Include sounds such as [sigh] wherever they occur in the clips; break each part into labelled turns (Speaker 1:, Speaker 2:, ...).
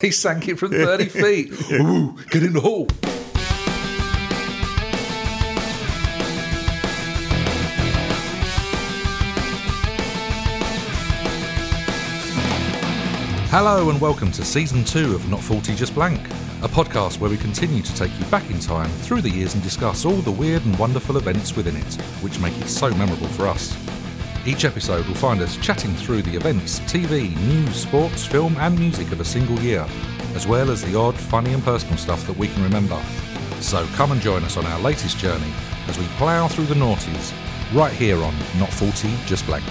Speaker 1: He sank it from 30 feet. Ooh, get in the hole. Hello and welcome to season two of Not 40 Just Blank, a podcast where we continue to take you back in time through the years and discuss all the weird and wonderful events within it, which make it so memorable for us. Each episode will find us chatting through the events, TV, news, sports, film, and music of a single year, as well as the odd, funny, and personal stuff that we can remember. So come and join us on our latest journey as we plough through the noughties, right here on Not 40 Just Blank.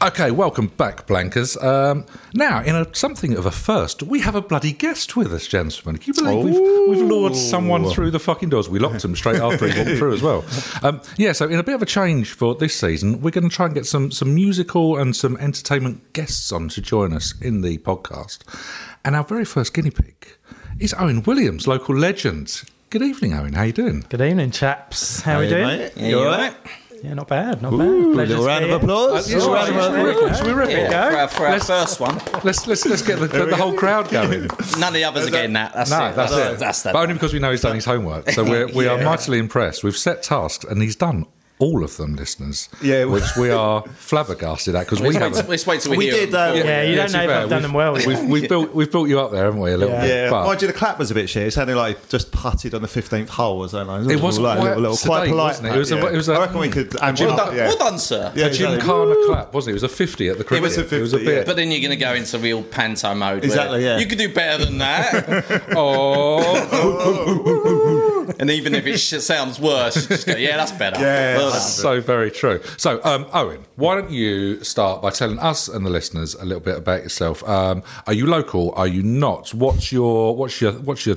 Speaker 1: Okay, welcome back, Blankers. Um, now, in a, something of a first, we have a bloody guest with us, gentlemen. Can you believe we've, we've lured someone through the fucking doors? We locked him straight after he walked through as well. Um, yeah, so in a bit of a change for this season, we're going to try and get some, some musical and some entertainment guests on to join us in the podcast. And our very first guinea pig is Owen Williams, local legend. Good evening, Owen. How you doing?
Speaker 2: Good evening, chaps. How, are we doing?
Speaker 3: You all right?
Speaker 2: Yeah, not bad, not bad.
Speaker 3: A
Speaker 2: Pleasure
Speaker 3: little
Speaker 2: to
Speaker 3: round
Speaker 2: be
Speaker 3: of
Speaker 2: here.
Speaker 3: applause.
Speaker 1: Yes,
Speaker 3: Little
Speaker 1: right,
Speaker 3: round of
Speaker 1: should we rip
Speaker 3: applause.
Speaker 1: it? Should we rip it?
Speaker 3: Yeah,
Speaker 2: go.
Speaker 3: for our, for our first one,
Speaker 1: Let's let's let's get the, the, the whole crowd going.
Speaker 3: none of the others are getting that. That's
Speaker 1: No,
Speaker 3: it.
Speaker 1: that's, it.
Speaker 3: That's
Speaker 1: But
Speaker 3: that.
Speaker 1: only because we know he's done his homework. So
Speaker 3: [laughs]
Speaker 1: we're, we are mightily impressed. We've set tasks and he's done all of them, listeners.
Speaker 4: Yeah.
Speaker 1: Which we are flabbergasted at because we
Speaker 3: Let's wait,
Speaker 1: haven't.
Speaker 3: let's wait till we,
Speaker 4: We
Speaker 3: hear
Speaker 4: did,
Speaker 3: them.
Speaker 4: though.
Speaker 3: before we-
Speaker 2: Yeah, you don't
Speaker 1: to
Speaker 2: know
Speaker 1: be
Speaker 2: if
Speaker 1: fair,
Speaker 2: I've done
Speaker 1: we've-
Speaker 2: them well. yet.
Speaker 1: We've, we've built we've built you up there, haven't we? A little
Speaker 2: Yeah.
Speaker 1: bit.
Speaker 4: Yeah,
Speaker 1: But-
Speaker 4: mind you, the clap was a bit shit. It sounded like just putted on the fifteenth hole or something. Like, that.
Speaker 1: It was
Speaker 4: like, a
Speaker 1: quite
Speaker 4: little, little, quite
Speaker 1: sedate,
Speaker 4: polite.
Speaker 1: wasn't it? It
Speaker 4: clap,
Speaker 1: was a-
Speaker 4: yeah.
Speaker 1: it was a-
Speaker 4: I reckon we could. amp it
Speaker 3: Well
Speaker 4: up,
Speaker 3: done,
Speaker 4: yeah.
Speaker 3: well done, sir.
Speaker 4: Yeah,
Speaker 1: a Jim
Speaker 4: exactly.
Speaker 1: Carner
Speaker 4: [laughs]
Speaker 1: clap, wasn't it? It was a fifty at the cricket.
Speaker 4: was a 50,
Speaker 1: bit. [laughs]
Speaker 3: But then you're going to go into real panto mode. where
Speaker 4: Exactly, yeah.
Speaker 3: You could do better than that.
Speaker 1: Oh,
Speaker 3: and even if it sh- sounds worse, you just go, yeah, that's better.
Speaker 4: Yeah,
Speaker 3: Well
Speaker 4: that's-
Speaker 1: so
Speaker 3: done.
Speaker 1: very true. So, um, Owen, why don't you start by telling us and the listeners a little bit about yourself? Um, are you local? Are you not? What's your what's your what's your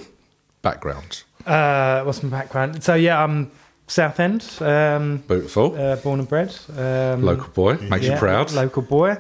Speaker 1: background?
Speaker 2: Uh, what's my background? So yeah, I'm Southend, um,
Speaker 1: Beautiful.
Speaker 2: uh, born and bred. Um,
Speaker 1: Mm. Local boy, makes you
Speaker 2: yeah,
Speaker 1: proud.
Speaker 2: Local boy.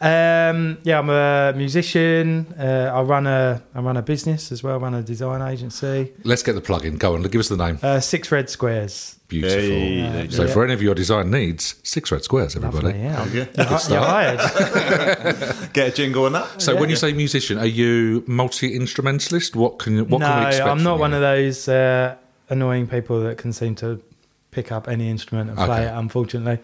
Speaker 2: Um, yeah, I'm a musician. Uh, I run a I run a business as well. I run a design agency.
Speaker 1: Let's get the plug in. Go on, give us the name.
Speaker 2: Uh, Six Red Squares.
Speaker 1: Beautiful.
Speaker 4: Hey,
Speaker 1: so,
Speaker 2: yeah.
Speaker 1: for any of your design needs, six red squares, everybody.
Speaker 2: Lovely, yeah.
Speaker 4: you go.
Speaker 2: You're, hi- you're hired.
Speaker 4: Get a jingle on that.
Speaker 1: So, when you say musician, are you multi instrumentalist? What can what
Speaker 2: no,
Speaker 1: can we expect?
Speaker 2: I'm not
Speaker 1: from
Speaker 2: one
Speaker 1: you?
Speaker 2: of those uh, annoying people that can seem to pick up any instrument and play
Speaker 1: Okay.
Speaker 2: it. Unfortunately,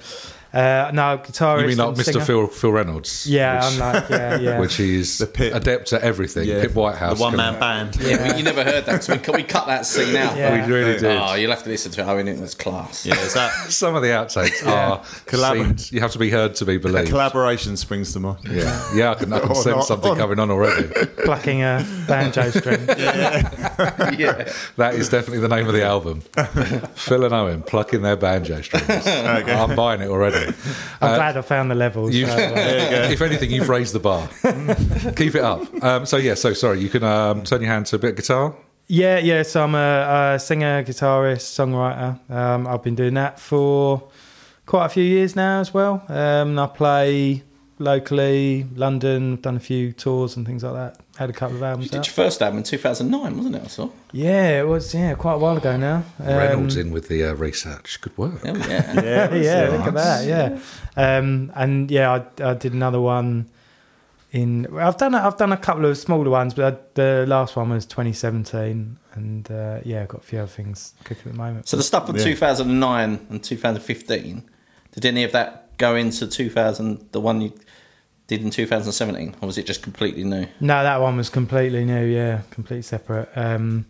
Speaker 2: uh, no guitarist.
Speaker 1: You mean like
Speaker 2: and
Speaker 1: Mr.
Speaker 2: singer.
Speaker 1: Phil Phil Reynolds?
Speaker 2: Yeah,
Speaker 1: which,
Speaker 2: I'm like
Speaker 1: [laughs]
Speaker 2: yeah, yeah.
Speaker 1: which is
Speaker 4: The Pip.
Speaker 1: adept at everything.
Speaker 4: Yeah.
Speaker 1: Pip Whitehouse,
Speaker 4: the one
Speaker 1: can-
Speaker 4: man band.
Speaker 3: Yeah, we- you never heard that 'cause we, cut- we cut that scene out.
Speaker 2: Yeah.
Speaker 1: We really did.
Speaker 3: Oh, you'll have to listen to it. I mean, it was class.
Speaker 4: Yeah,
Speaker 1: [laughs]
Speaker 4: is that
Speaker 1: Some of the outtakes are
Speaker 4: Collab-
Speaker 1: scenes- You have to be heard to be believed.
Speaker 4: collaboration springs to mind?
Speaker 1: yeah, yeah, I can, I can
Speaker 4: Or
Speaker 1: sense
Speaker 4: not.
Speaker 1: something coming on already.
Speaker 2: plucking a
Speaker 1: [laughs]
Speaker 2: banjo string.
Speaker 3: [laughs] yeah.
Speaker 1: That is definitely the name of the album. Phil and Owen plucking their banjo strings. I'm buying it already.
Speaker 2: I'm
Speaker 1: Uh,
Speaker 2: glad I found the
Speaker 1: [laughs]
Speaker 2: levels.
Speaker 1: You've,
Speaker 2: so, uh,
Speaker 1: if anything, you've raised the bar. Keep it up. Um, so yeah, so sorry, you can um, turn your hand to a bit of guitar.
Speaker 2: yeah, yeah. So I'm a, a singer, guitarist, songwriter. Um, I've been doing that for quite a few years now as well. Um, I play locally, London. Done a few tours and things like that. Had a couple of
Speaker 3: You
Speaker 2: albums.
Speaker 3: did
Speaker 2: out.
Speaker 3: your first album in 2009, wasn't it? I saw.
Speaker 2: Yeah, it was. Yeah, quite a while ago now. Um,
Speaker 1: Reynolds in with the uh, research. Good work.
Speaker 3: Oh, yeah.
Speaker 1: [laughs]
Speaker 4: Yeah,
Speaker 2: yeah, look at that. Yeah, um, and yeah, I, I did another one. In well, I've done a, I've done a couple of smaller ones, but I, the last one was 2017, and uh, yeah, I've got a few other things cooking at the moment.
Speaker 3: So the stuff from
Speaker 4: Yeah.
Speaker 3: 2009 and 2015, did any of that go into 2000, the one you did in 2017, or was it just completely new?
Speaker 2: No, that one was completely new. Yeah, completely separate. Um,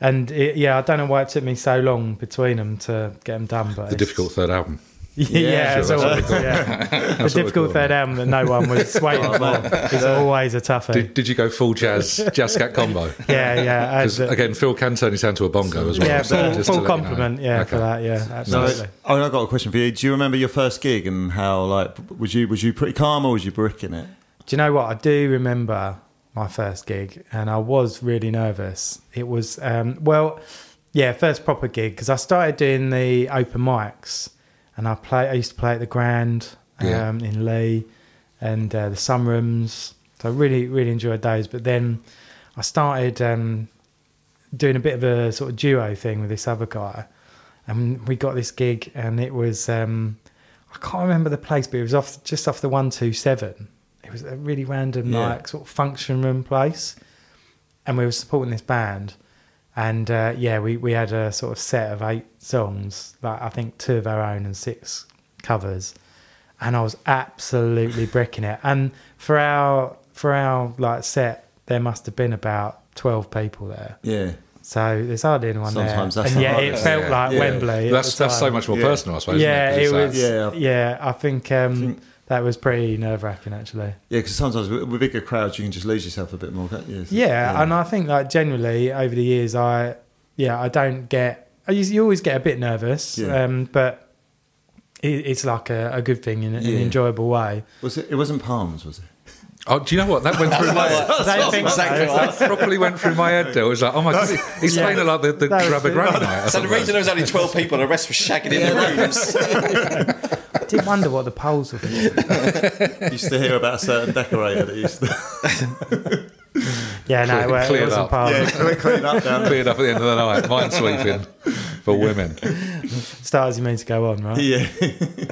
Speaker 2: and it, yeah, I don't know why it took me so long between them to get them done. But
Speaker 1: The
Speaker 2: it's-
Speaker 1: difficult third album.
Speaker 2: [laughs] Yeah,
Speaker 4: Yeah,
Speaker 2: it's
Speaker 1: sure, [laughs] that's
Speaker 2: always, yeah. a difficult third album that no one
Speaker 1: [laughs]
Speaker 2: was waiting for is always a toughie.
Speaker 1: Oh, Did, did you go full
Speaker 2: [laughs]
Speaker 1: jazz jazz scat combo?
Speaker 2: yeah, yeah.
Speaker 1: [laughs]
Speaker 2: I
Speaker 1: Because
Speaker 2: had-
Speaker 1: again, Phil can turn his hand to a bongo as well.
Speaker 2: uh, yeah,
Speaker 1: so
Speaker 2: full,
Speaker 1: just to
Speaker 2: full
Speaker 1: let you know.
Speaker 2: compliment, yeah, for
Speaker 1: Okay.
Speaker 2: that, yeah,
Speaker 4: So,
Speaker 2: absolutely.
Speaker 4: oh, I got a question for you. Do you remember your first gig and how like was you was you pretty calm or was you bricking it?
Speaker 2: Do you know what? I do remember my first gig, and I was really nervous. It was, um, well, yeah, first proper gig because I started doing the open mics, and I play. I used to play at the Grand um,
Speaker 1: Yeah.
Speaker 2: in Lee, and uh, the Sunrooms. So I really, really enjoyed those. But then I started um, doing a bit of a sort of duo thing with this other guy, and we got this gig, and it was um, I can't remember the place, but it was off just off the one two seven. It was a really random
Speaker 4: Yeah.
Speaker 2: like sort of function room place, and we were supporting this band, and uh, yeah, we we had a sort of set of eight songs, like I think two of our own and six covers, and I was absolutely bricking it. And for our for our like set, there must have been about twelve people there.
Speaker 4: Yeah.
Speaker 2: So there's hardly anyone
Speaker 4: Sometimes
Speaker 2: there.
Speaker 4: that's
Speaker 2: and
Speaker 4: the
Speaker 2: yeah, it
Speaker 4: hardest.
Speaker 2: felt
Speaker 1: Yeah.
Speaker 2: like
Speaker 4: Yeah.
Speaker 2: Wembley. at
Speaker 1: that's
Speaker 2: the
Speaker 1: that's so
Speaker 2: time.
Speaker 1: much more
Speaker 4: Yeah.
Speaker 1: personal, I suppose.
Speaker 2: Yeah,
Speaker 1: isn't
Speaker 2: it
Speaker 1: it? uh, 'Cause
Speaker 2: was.
Speaker 1: that's-
Speaker 2: Yeah,
Speaker 4: Yeah.
Speaker 2: I think um,
Speaker 4: think-
Speaker 2: that was pretty nerve wracking actually.
Speaker 4: Yeah, because sometimes with, with bigger crowds, you can just lose yourself a bit more. Can't you? It's-
Speaker 2: Yeah, and I think like generally over the years, I yeah, I don't get. I used, you always get a bit nervous,
Speaker 4: Yeah.
Speaker 2: um, but it, it's like a, a good thing in an
Speaker 4: Yeah.
Speaker 2: enjoyable way.
Speaker 4: was it? It wasn't Palms, was it?
Speaker 1: Oh, do you know what? That went through my head.
Speaker 2: I don't think
Speaker 3: exactly
Speaker 2: so.
Speaker 3: what I
Speaker 1: That properly went through my head. There It was like, oh my
Speaker 2: [laughs]
Speaker 1: god, he's
Speaker 2: Yeah.
Speaker 1: playing it like the, the
Speaker 2: That was
Speaker 1: grabber
Speaker 2: it.
Speaker 1: granny night. or
Speaker 3: So the
Speaker 1: something.
Speaker 3: reason there was only 12 people, the rest were shagging in the [laughs] rooms.
Speaker 2: I did wonder what the polls would be.
Speaker 4: You used to hear about a certain decorator that used to
Speaker 2: Yeah, no, it, wa- it
Speaker 1: Cleared
Speaker 2: wasn't
Speaker 1: up.
Speaker 2: part of
Speaker 4: [laughs] [laughs] yeah,
Speaker 2: it.
Speaker 4: clean, clean up down there.
Speaker 1: Cleared up at the end of the night, mind sweeping for women.
Speaker 2: Start as you mean to go on, right?
Speaker 4: Yeah.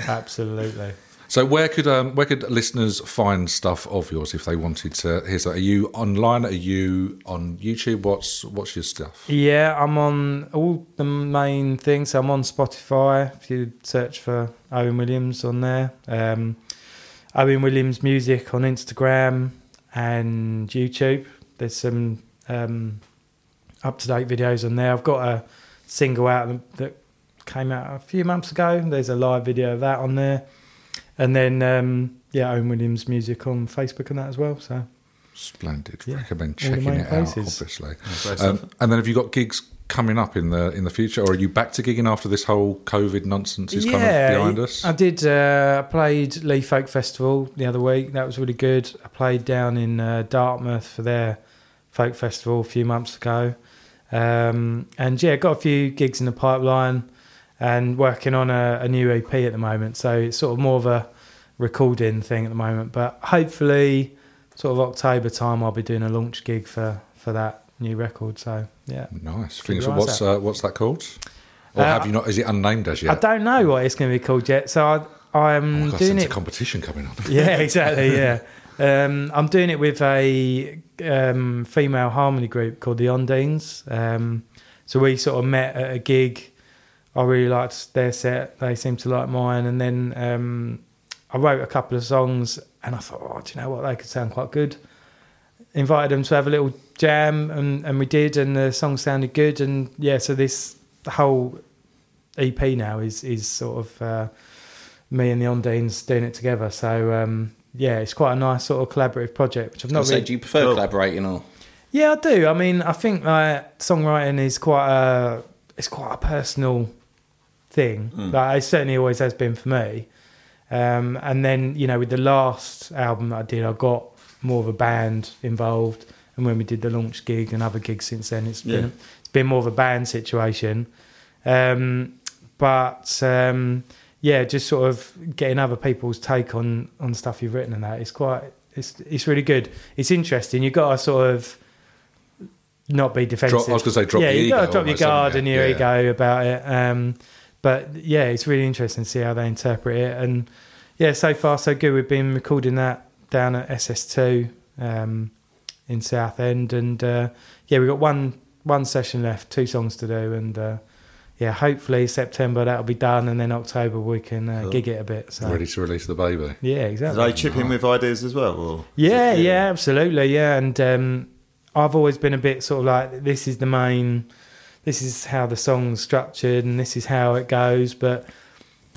Speaker 2: Absolutely.
Speaker 1: So where could um, where could listeners find stuff of yours if they wanted to hear something? Are you online? Are you on YouTube? What's what's your stuff?
Speaker 2: Yeah, I'm on all the main things. I'm on Spotify. If you search for Owen Williams on there, um, Owen Williams music on Instagram and YouTube. There's some um, up to date videos on there. I've got a single out that came out a few months ago. There's a live video of that on there, and then um, yeah, Owen Williams music on Facebook and that as well. So
Speaker 1: Splendid.
Speaker 2: Yeah,
Speaker 1: Recommend
Speaker 2: all the
Speaker 1: checking
Speaker 2: main
Speaker 1: it out,
Speaker 2: places.
Speaker 1: obviously.
Speaker 4: great
Speaker 1: Um, and then have you got gigs coming up in the in the future, or are you back to gigging after this whole COVID nonsense is kind of behind us?
Speaker 2: I did. Uh, I played Lee Folk Festival the other week. That was really good. I played down in uh, Dartmouth for their folk festival a few months ago, um, and yeah, got a few gigs in the pipeline, and working on a, a new EP at the moment. So it's sort of more of a recording thing at the moment, but hopefully, sort of October time, I'll be doing a launch gig for for that new record. So yeah.
Speaker 1: nice. Fingers.
Speaker 2: your eyes
Speaker 1: What's uh, what's that called? Or
Speaker 2: Uh,
Speaker 1: have you not? Is it unnamed as yet?
Speaker 2: I don't know what it's going to be called yet, so I,
Speaker 1: Oh
Speaker 2: I'm
Speaker 1: my God,
Speaker 2: doing
Speaker 1: there's a
Speaker 2: it
Speaker 1: competition coming on.
Speaker 2: [laughs] yeah, exactly. Yeah, um, I'm doing it with a um, female harmony group called the Undines. Um, so we sort of met at a gig. I really liked their set; they seemed to like mine. And then um, I wrote a couple of songs, and I thought, oh, do you know what? They could sound quite good. Invited them to have a little jam, and, and we did, and the song sounded good. And yeah, so this whole EP now is is sort of. Uh, me and the Ondines doing it together. So um, yeah, it's quite a nice sort of collaborative project, which I've not
Speaker 3: so
Speaker 2: really.
Speaker 3: do you prefer
Speaker 4: Cool.
Speaker 3: collaborating or?
Speaker 2: yeah, I do. I mean, I think like songwriting is quite a it's quite a personal thing. Like it certainly always has been for me. Um, and then you know, with the last album that I did, I got more of a band involved. And when we did the launch gig and other gigs since then, it's
Speaker 4: Yeah.
Speaker 2: been it's been more of a band situation. Um, but um, yeah, just sort of getting other people's take on on stuff you've written and that it's quite it's it's really good. It's interesting. You got to sort of not be defensive.
Speaker 1: Drop, I was going to say drop
Speaker 2: yeah,
Speaker 1: your
Speaker 2: you
Speaker 1: ego.
Speaker 2: got to drop your
Speaker 1: almost, haven't
Speaker 2: guard
Speaker 1: you?
Speaker 2: and your
Speaker 1: Yeah.
Speaker 2: ego about it. Um, but yeah, it's really interesting to see how they interpret it. And yeah, so far so good. We've been recording that down at SS2 um, in Southend, and uh, yeah, we've got one one session left, two songs to do, and uh, yeah, hopefully September that'll be done, and then October we can uh,
Speaker 4: Cool.
Speaker 2: gig it a bit. So
Speaker 1: Ready to release the baby.
Speaker 2: yeah,
Speaker 4: Did
Speaker 2: exactly.
Speaker 4: I chip in with ideas as well? Or
Speaker 2: Yeah, yeah, absolutely, yeah. And um, I've always been a bit sort of like, this is the main, this is how the song's structured, and this is how it goes. But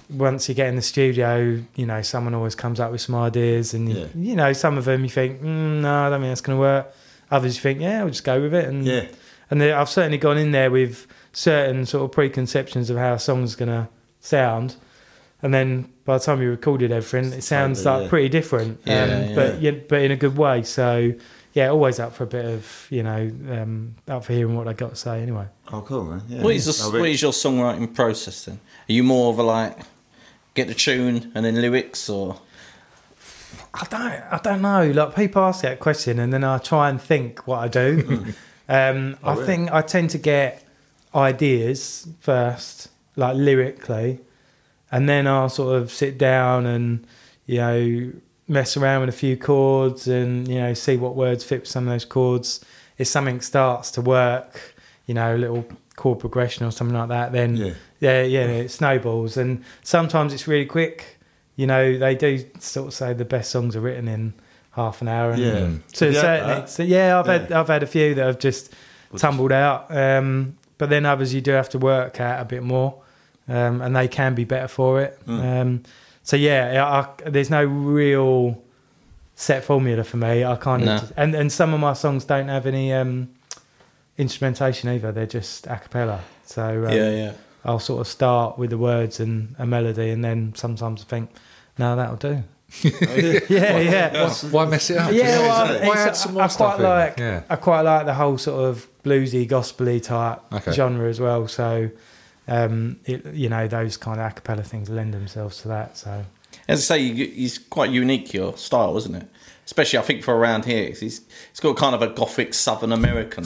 Speaker 2: once you get in the studio, you know, someone always comes up with some ideas, and you-
Speaker 4: Yeah.
Speaker 2: you know, some of them you think, mm, no, I don't think that's going to work. Others you think, yeah, we'll just go with it, and
Speaker 4: Yeah.
Speaker 2: and then I've certainly gone in there with certain sort of preconceptions of how a song's going to sound. And then by the time you recorded everything, it sounds
Speaker 4: Totally,
Speaker 2: like
Speaker 4: yeah.
Speaker 2: pretty different,
Speaker 3: Yeah,
Speaker 2: um,
Speaker 3: yeah.
Speaker 2: but yeah, but in a good way. So yeah, always up for a bit of you know um, up for hearing what they got to say anyway.
Speaker 4: Oh, cool, man. Yeah. Oh,
Speaker 3: What is,
Speaker 4: I'll
Speaker 3: the,
Speaker 4: be-
Speaker 3: what is your songwriting process then? Are you more of a like get the tune and then lyrics or
Speaker 2: I don't, I don't know. Like people ask that question, and then I try and think what I do. um, I
Speaker 4: really?
Speaker 2: think I tend to get ideas first, like lyrically, and then I'll sort of sit down and you know mess around with a few chords and you know see what words fit with some of those chords. If something starts to work, you know, a little chord progression or something like that, then
Speaker 4: Yeah.
Speaker 2: yeah, yeah, it snowballs. And sometimes it's really quick. You know, they do sort of say the best songs are written in half an hour. And
Speaker 4: Yeah.
Speaker 2: To a
Speaker 4: Have you had
Speaker 2: certain
Speaker 4: that?
Speaker 2: extent, yeah, I've had
Speaker 4: Yeah.
Speaker 2: I've had a few that have just tumbled out. Um, but then others you do have to work at a bit more, um, and they can be better for it.
Speaker 4: Mm.
Speaker 2: Um, so yeah, I, I, there's no real set formula for me. I kind
Speaker 3: No.
Speaker 2: of and and some of my songs don't have any um, instrumentation either. They're just a cappella. So um,
Speaker 3: Yeah, yeah.
Speaker 2: I'll sort of start with the words and a melody, and then sometimes I think, no, that'll
Speaker 1: [laughs]
Speaker 2: do. yeah, yeah.
Speaker 1: Why mess it up?
Speaker 2: Yeah, well,
Speaker 4: exactly.
Speaker 1: Why
Speaker 2: it's-
Speaker 1: add some more
Speaker 2: I quite
Speaker 1: stuff in?
Speaker 2: like.
Speaker 1: Yeah.
Speaker 2: I quite like the whole sort of bluesy, gospely type
Speaker 1: Okay.
Speaker 2: genre as well. So, um, it, you know, those kind of a cappella things lend themselves to that. So,
Speaker 3: As I say, you, he's quite unique your style, isn't it? Especially, I think for around here, 'cause he's he's got kind of a gothic Southern American.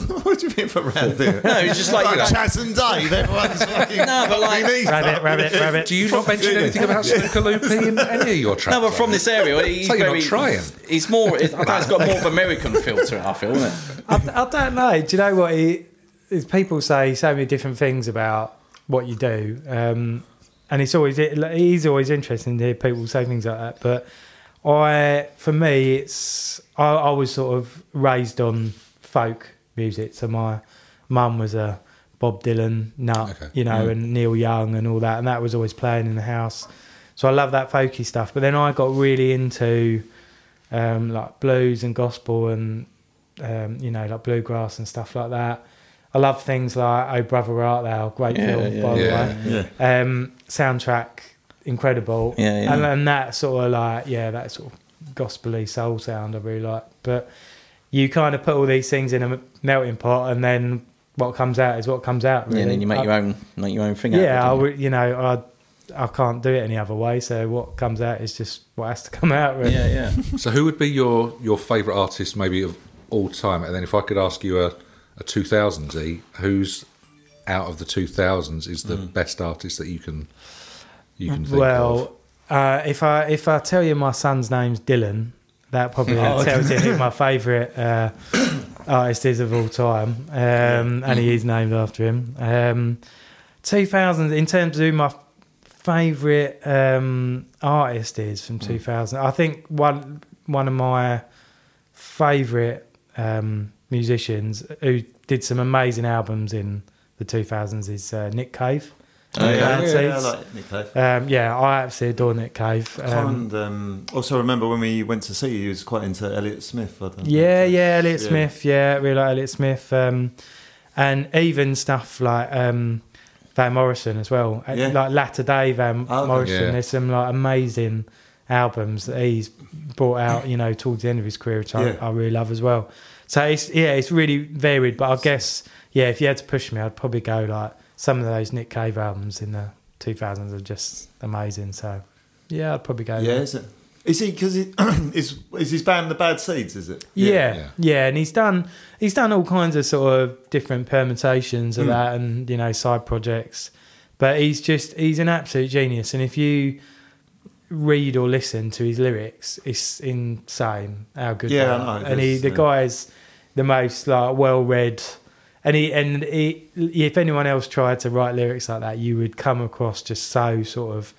Speaker 4: [laughs]
Speaker 3: [laughs]
Speaker 4: what do you mean for [laughs] random?
Speaker 3: No, it's just like, you know-
Speaker 4: Chaz and Dave. [laughs] Everyone's fucking.
Speaker 3: No, but like-
Speaker 4: We need
Speaker 2: rabbit, rabbit, rabbit.
Speaker 1: Do you not mention anything about Snookalupi in any of your tracks?
Speaker 3: No, but from this area, he's
Speaker 1: So you're not
Speaker 3: very.
Speaker 1: trying.
Speaker 3: He's more. It's, I think it's got more of American feel to it. I feel, isn't it?
Speaker 2: I, I don't know. Do you know what? He, is people say so many different things about what you do, um, and it's always it is always interesting to hear people say things like that. But I, for me, it's I, I was sort of raised on folk music, so my mum was a Bob Dylan nut,
Speaker 1: Okay.
Speaker 2: you know, and Neil Young and all that, and that was always playing in the house. So I love that folky stuff. But then I got really into um, like blues and gospel and um, you know like bluegrass and stuff like that. I love things like Oh Brother Art Thou, great
Speaker 3: Yeah,
Speaker 2: film
Speaker 3: yeah,
Speaker 2: by
Speaker 1: yeah.
Speaker 2: the
Speaker 4: Yeah.
Speaker 2: way. Um, soundtrack incredible.
Speaker 3: Yeah, yeah.
Speaker 2: And, and that sort of like yeah, that sort of gospely soul sound I really like. But you kind of put all these things in a melting pot, and then what comes out is what comes out. Really.
Speaker 3: Yeah, and then you make
Speaker 2: I-
Speaker 3: your own, make your own thing. out of it,
Speaker 2: yeah, I
Speaker 3: don't you?
Speaker 2: would, you know, I I can't do it any other way. So what comes out is just what has to come out. Really.
Speaker 3: Yeah, yeah.
Speaker 1: So, who would be your your favourite artist, maybe of all time? And then, if I could ask you a a two thousands e, who's out of the two thousands is the best artist that you can you can think of?
Speaker 2: Well, uh, if I if I tell you my son's name's Dylan, that probably
Speaker 4: [laughs] Oh.
Speaker 2: tells you who my favourite uh, [coughs] artist is of all time, um, and he is named after him. Um, two thousand in terms of who my favourite um, artist is from
Speaker 4: Hmm.
Speaker 2: two thousand. I think one one of my favourite um, musicians who did some amazing albums in the two thousands is uh, Nick Cave.
Speaker 3: Oh,
Speaker 4: Yeah,
Speaker 2: Bad
Speaker 4: yeah, yeah, I
Speaker 2: Seeds.
Speaker 4: like Nick Cave.
Speaker 2: Um, yeah, I absolutely adore Nick Cave. Um,
Speaker 4: and um, also remember when we went to see you, he was quite into Elliot Smith. I don't know.
Speaker 2: yeah, yeah, Elliot
Speaker 4: Yeah.
Speaker 2: Smith. Yeah, really like Elliot Smith. Um, and even stuff like um, Van Morrison as well. Uh,
Speaker 4: Yeah.
Speaker 2: Like latter day Van
Speaker 4: Oh, okay.
Speaker 2: Morrison.
Speaker 1: Yeah.
Speaker 2: There's some like amazing albums that he's brought out, you know, towards the end of his career, which
Speaker 4: Yeah.
Speaker 2: I, I really love as well. So it's yeah, it's really varied. But I guess yeah, if you had to push me, I'd probably go like some of those Nick Cave albums in the 2000s are just amazing. So yeah, I'd probably go.
Speaker 4: Yeah,
Speaker 2: there.
Speaker 4: is it? Is he [clears throat] because is is his band the Bad Seeds? Is it?
Speaker 2: Yeah,
Speaker 1: Yeah.
Speaker 2: yeah, and he's done he's done all kinds of sort of different permutations
Speaker 4: Hmm.
Speaker 2: of that, and you know side projects. But he's just he's an absolute genius, and if you read or listen to his lyrics, it's insane how good.
Speaker 4: Yeah,
Speaker 2: they
Speaker 4: I
Speaker 2: are.
Speaker 4: know, it
Speaker 2: and he
Speaker 4: is,
Speaker 2: the
Speaker 4: yeah.
Speaker 2: guy is the most like well read, and he and he, if anyone else tried to write lyrics like that, you would come across just so sort of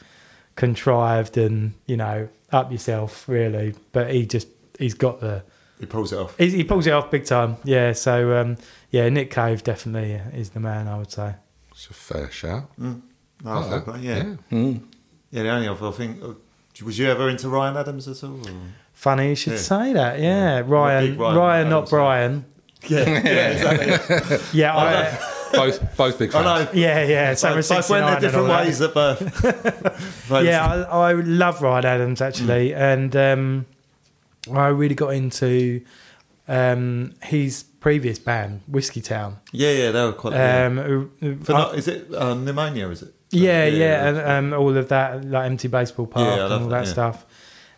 Speaker 2: contrived and you know up yourself really. But he just he's got the
Speaker 4: He pulls it off.
Speaker 2: he, he pulls it off big time. Yeah. So um, yeah, Nick Cave definitely is the man. I would say.
Speaker 1: It's a fair shout.
Speaker 4: No,
Speaker 1: Like that.
Speaker 4: fair play, yeah. yeah, The only other thing uh, was you ever into Ryan Adams at all? or-
Speaker 2: Funny you should
Speaker 4: Yeah.
Speaker 2: say that. Yeah,
Speaker 4: big
Speaker 2: Ryan,
Speaker 4: Ryan
Speaker 2: Ryan,
Speaker 4: Adams,
Speaker 2: not Brian.
Speaker 4: Yeah, yeah, exactly.
Speaker 2: Yeah,
Speaker 4: [laughs]
Speaker 2: I,
Speaker 1: both both big
Speaker 4: I
Speaker 1: fans.
Speaker 4: know.
Speaker 2: yeah, yeah. So
Speaker 4: Both- both went their different ways
Speaker 2: [laughs]
Speaker 4: at birth. [laughs] Both-
Speaker 2: Yeah, I, I love Ryan Adams
Speaker 4: Mm.
Speaker 2: actually, and um, I really got into um, his previous band, Whiskey Town.
Speaker 4: yeah, yeah, they were quite. yeah.
Speaker 2: Um, who- who-
Speaker 4: For
Speaker 2: I-
Speaker 4: not, is it uh, pneumonia? Is it?
Speaker 2: Yeah, yeah, and um, all of that, like empty baseball
Speaker 4: Yeah, I
Speaker 2: park
Speaker 4: love
Speaker 2: and all
Speaker 4: that,
Speaker 2: that
Speaker 4: yeah.
Speaker 2: stuff.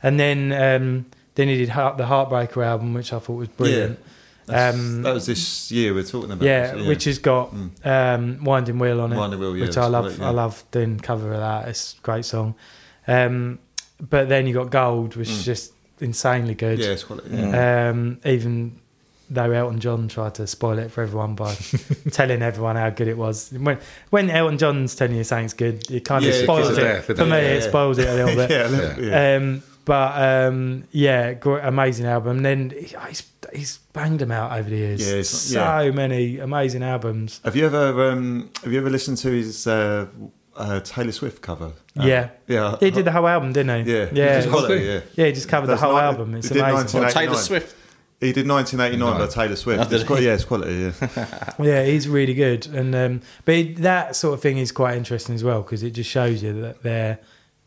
Speaker 2: And then um, then he did Heart, the Heartbreaker album, which I thought was brilliant. Um,
Speaker 4: that was this year we're talking about.
Speaker 2: yeah,
Speaker 4: actually,
Speaker 2: which has got um, Winding Wheel on it,
Speaker 4: Winding Wheel, yeah,
Speaker 2: which I love.
Speaker 4: absolutely, yeah.
Speaker 2: I love doing cover of that. It's a great song. Um, but then you got Gold, which is just insanely good.
Speaker 4: Mm. yeah, it's quality. Yeah.
Speaker 2: Um, even though Elton John tried to spoil it for everyone
Speaker 4: [laughs]
Speaker 2: by telling everyone how good it was. When, when Elton John's telling you something's good, it kind of
Speaker 4: Yeah, it
Speaker 2: spoils
Speaker 4: gives
Speaker 2: it.
Speaker 4: it
Speaker 1: there,
Speaker 2: for
Speaker 1: doesn't
Speaker 2: me,
Speaker 1: it?
Speaker 4: Yeah,
Speaker 2: it
Speaker 4: yeah.
Speaker 2: spoils it a
Speaker 4: [laughs]
Speaker 2: little bit.
Speaker 4: yeah,
Speaker 1: Yeah.
Speaker 4: yeah.
Speaker 2: Um, but um, yeah, gr- amazing album. And then oh, he's, he's banged them out over the years.
Speaker 4: Yeah, it's-
Speaker 2: so
Speaker 4: yeah.
Speaker 2: many amazing albums.
Speaker 4: Have you ever um, have you ever listened to his uh, uh, Taylor Swift cover? Uh,
Speaker 2: Yeah.
Speaker 4: yeah.
Speaker 2: He did the whole album, didn't he?
Speaker 4: yeah,
Speaker 2: yeah.
Speaker 4: It's quality, yeah.
Speaker 2: yeah, he just covered
Speaker 4: That's
Speaker 2: the whole
Speaker 4: ni-
Speaker 2: album. It's
Speaker 4: he did
Speaker 2: amazing.
Speaker 4: 1989.
Speaker 3: Well, Taylor Swift.
Speaker 4: He did 1989
Speaker 1: No.
Speaker 4: by Taylor
Speaker 3: Oh,
Speaker 4: Swift.
Speaker 3: did
Speaker 4: It's quite,
Speaker 3: he?
Speaker 4: yeah, it's quality. Yeah,
Speaker 2: Yeah, he's really good, and um, but it- that sort of thing is quite interesting as well because it just shows you that they're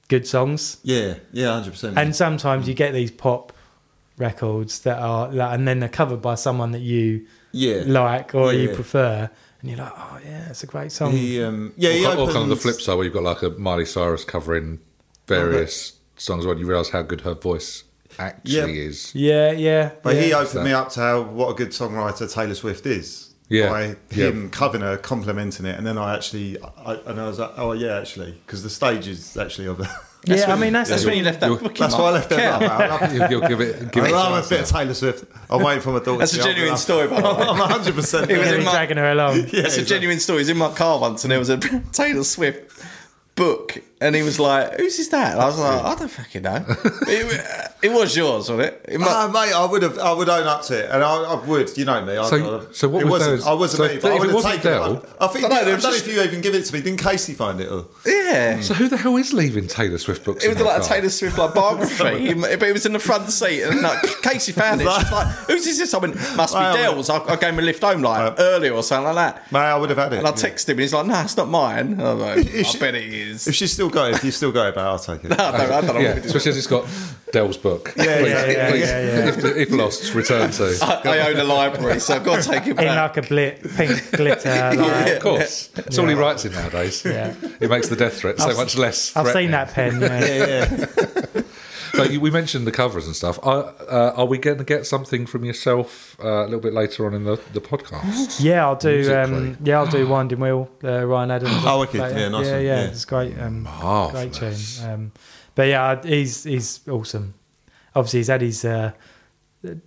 Speaker 2: good songs.
Speaker 4: [laughs] yeah, yeah, hundred percent.
Speaker 2: And sometimes you get these pop records that are, like, and then they're covered by someone that you
Speaker 4: yeah,
Speaker 2: like or you
Speaker 4: Yeah.
Speaker 2: prefer, and you're like, oh yeah, it's a great song.
Speaker 4: he, um, yeah, he
Speaker 1: Or, or kind of the
Speaker 4: opens-
Speaker 1: flip side where you've got like a Miley Cyrus covering various songs when you realise how good her voice actually
Speaker 4: Yeah.
Speaker 1: is.
Speaker 2: yeah, yeah.
Speaker 4: But
Speaker 2: yeah.
Speaker 4: he opened
Speaker 1: So-
Speaker 4: me up to how what a good songwriter Taylor Swift is.
Speaker 1: Yeah,
Speaker 4: By
Speaker 1: yeah.
Speaker 4: him covering her, complimenting it, and then I actually, I, and I was like, oh yeah, actually, because the stage is actually of.
Speaker 2: yeah,
Speaker 3: when
Speaker 2: I mean that's,
Speaker 3: That's when you left that
Speaker 4: [laughs]
Speaker 3: book.
Speaker 4: That's why I left it up. I love,
Speaker 1: You'll you'll give it. Give
Speaker 4: [laughs] I
Speaker 1: it a
Speaker 4: love
Speaker 1: chance
Speaker 4: a bit of Taylor Swift. I'm waiting for my daughter.
Speaker 3: That's
Speaker 4: to
Speaker 3: a
Speaker 4: be old
Speaker 3: genuine
Speaker 4: enough.
Speaker 3: story, by the
Speaker 4: [laughs]
Speaker 3: way.
Speaker 4: I'm 100.
Speaker 1: [laughs]
Speaker 4: Oh, percent
Speaker 3: It was
Speaker 2: yeah,
Speaker 3: in
Speaker 2: he's
Speaker 3: my-
Speaker 2: dragging her
Speaker 4: [laughs]
Speaker 2: along.
Speaker 3: That's a genuine story. He was in my car once and there was a [laughs] Taylor Swift book and he was like, Whose is that? And I was like, I don't fucking know. It, it was yours, wasn't it? It might-
Speaker 4: Ah, mate, I would have, I would own up to it, and I, I would, you know me. I,
Speaker 1: So-
Speaker 4: I,
Speaker 1: so what
Speaker 4: it
Speaker 1: was
Speaker 4: wasn't,
Speaker 1: those-
Speaker 4: I wasn't
Speaker 1: so
Speaker 4: me, but
Speaker 1: if
Speaker 4: I
Speaker 1: it
Speaker 4: would have
Speaker 1: wasn't
Speaker 4: taken
Speaker 1: Adele-
Speaker 4: it. I, I think,
Speaker 3: I
Speaker 4: I
Speaker 3: don't know,
Speaker 4: don't,
Speaker 3: it was
Speaker 4: know
Speaker 3: just-
Speaker 4: if you even give it to me. Didn't Casey find it? Or?
Speaker 3: yeah.
Speaker 1: So who the hell is leaving Taylor Swift books?
Speaker 3: It was
Speaker 1: in their
Speaker 3: like a
Speaker 1: car?
Speaker 3: Taylor Swift like biography, It- but it was in the front seat, and like Casey found it. She's like, "Whose is this?" I went, "Must be
Speaker 4: Wow.
Speaker 3: Dell's." I, I gave him a lift home like earlier or something like that.
Speaker 4: Mate, I would have had it.
Speaker 3: And I
Speaker 4: yeah.
Speaker 3: texted him, and he's like, "No, it's not mine." And I was like,
Speaker 4: If
Speaker 3: "I
Speaker 4: she-
Speaker 3: bet it is." [laughs]
Speaker 4: If she's still got it, if you still got it, mate, I'll take it.
Speaker 3: I don't, I don't know.
Speaker 1: Yeah,
Speaker 3: what it is.
Speaker 1: especially as it's got Dell's book.
Speaker 4: yeah,
Speaker 1: Please-
Speaker 4: yeah,
Speaker 2: yeah,
Speaker 1: please,
Speaker 2: yeah,
Speaker 4: [laughs]
Speaker 2: yeah.
Speaker 1: If, if lost, return to.
Speaker 3: [laughs] I, I own a library, so I've got to take it
Speaker 2: in
Speaker 3: back.
Speaker 2: like a blit, pink
Speaker 4: [laughs]
Speaker 2: glitter. Like,
Speaker 1: Of course, that's all he writes in nowadays.
Speaker 2: Yeah.
Speaker 1: It makes the death threat so
Speaker 2: I've-
Speaker 1: much less.
Speaker 2: I've seen
Speaker 1: threatening.
Speaker 2: that pen. Yeah.
Speaker 1: So you, we mentioned the covers and stuff. Are, uh, are we going to get something from yourself uh, a little bit later on in the, the podcast?
Speaker 2: Yeah, I'll do.
Speaker 1: Musically.
Speaker 2: Um, yeah, I'll
Speaker 4: [gasps]
Speaker 2: do Winding Wheel. Uh, Ryan Adams.
Speaker 4: Oh, wicked.
Speaker 2: Like,
Speaker 4: Yeah, nice
Speaker 2: yeah,
Speaker 4: one.
Speaker 2: yeah,
Speaker 4: Yeah.
Speaker 2: It's great. Um, great tune.
Speaker 1: Marvellous.
Speaker 2: Um, but yeah, I- he's he's awesome. Obviously, he's had his uh,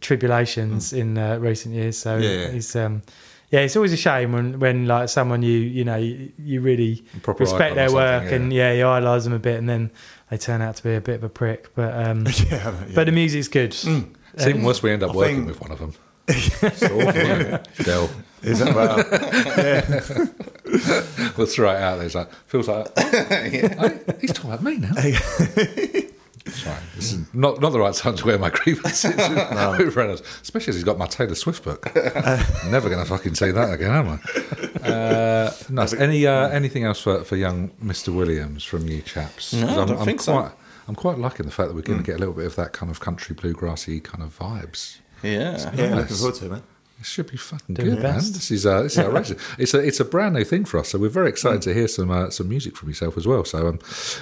Speaker 2: tribulations in uh, recent years, so
Speaker 4: Hmm. Yeah, yeah.
Speaker 2: he's. Um, yeah, it's always a shame when, when like someone you you know you, you really
Speaker 1: Proper icon
Speaker 2: respect
Speaker 1: or
Speaker 2: their work
Speaker 1: something,
Speaker 2: and yeah you idolise them a bit and then they turn out to be a bit of a prick. But um,
Speaker 4: [laughs] Yeah, Mm. mate, yeah.
Speaker 2: but the music's good.
Speaker 1: It's even worse. We end up
Speaker 4: I
Speaker 1: working with
Speaker 4: think-
Speaker 1: one of
Speaker 3: [laughs]
Speaker 1: them. It's awful, isn't it? Dell
Speaker 4: Is that right?
Speaker 1: was throw it out there. He's like, feels like
Speaker 3: [laughs]
Speaker 1: I- he's talking about me now. Sorry, this is not not the right time to wear my grievances. [laughs]
Speaker 3: [laughs]
Speaker 1: Over others, Especially as he's got my Taylor Swift book. Never going to fucking say that again, am I? Uh, nice. Any uh, anything else for, for young Mister Williams from you chaps? 'Cause
Speaker 3: No, I
Speaker 1: I'm,
Speaker 3: don't
Speaker 1: I'm
Speaker 3: think so. Mm.
Speaker 1: quite, I'm quite liking the fact that we're going to get a little bit of that kind of country bluegrassy kind of vibes.
Speaker 3: Yeah.
Speaker 4: Yeah, looking forward to it, man.
Speaker 1: It should be fucking
Speaker 2: Do
Speaker 1: good,
Speaker 2: the
Speaker 1: man.
Speaker 2: best.
Speaker 1: This is uh, this
Speaker 2: [laughs]
Speaker 1: is outrageous. it's a it's a brand new thing for us, so we're very excited
Speaker 2: Hmm.
Speaker 1: to hear some uh, some music from yourself as well. So, um,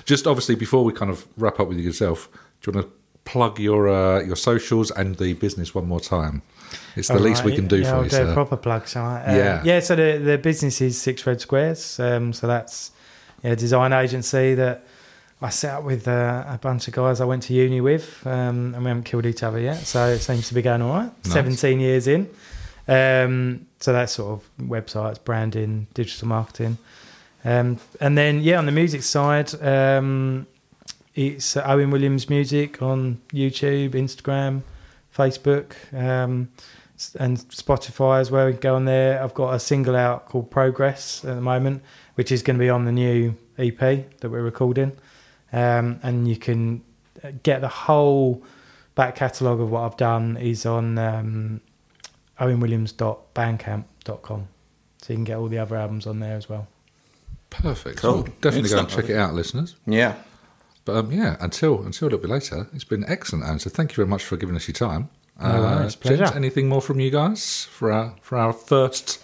Speaker 1: just obviously before we kind of wrap up with yourself, do you want to plug your uh, your socials and the business one more time? It's the
Speaker 2: All
Speaker 1: least we
Speaker 2: right,
Speaker 1: can do
Speaker 2: yeah,
Speaker 1: for
Speaker 2: I'll
Speaker 1: you,
Speaker 2: do a
Speaker 1: sir.
Speaker 2: proper plug, shall I? Uh,
Speaker 1: Yeah.
Speaker 2: Yeah, so the, the business is Six Red Squares. Um, so that's yeah, a design agency that I set up with uh, a bunch of guys I went to uni with, um, and we haven't killed each other yet. So it seems to be going all right.
Speaker 1: Nice.
Speaker 2: 17 years in. Um, so that's sort of websites, branding, digital marketing. Um, and then, yeah, on the music side, um, it's Owen Williams Music on YouTube, Instagram, Facebook, um, s- and Spotify as well. You can go on there. I've got a single out called Progress at the moment, which is going to be on the new EP that we're recording. Um, and you can uh, get the whole back catalogue of what I've done is on um, owenwilliams.bandcamp.com. So you can get all the other albums on there as well.
Speaker 1: Perfect.
Speaker 4: Cool.
Speaker 1: Well, definitely go and
Speaker 3: Excellent.
Speaker 1: check it out, listeners.
Speaker 3: Yeah.
Speaker 1: But um, yeah, until until a little bit later, it's been excellent, Aaron. So thank you very much for giving us your time. Uh,
Speaker 2: No worries,
Speaker 1: James,
Speaker 2: pleasure.
Speaker 1: anything more from you guys for our for our first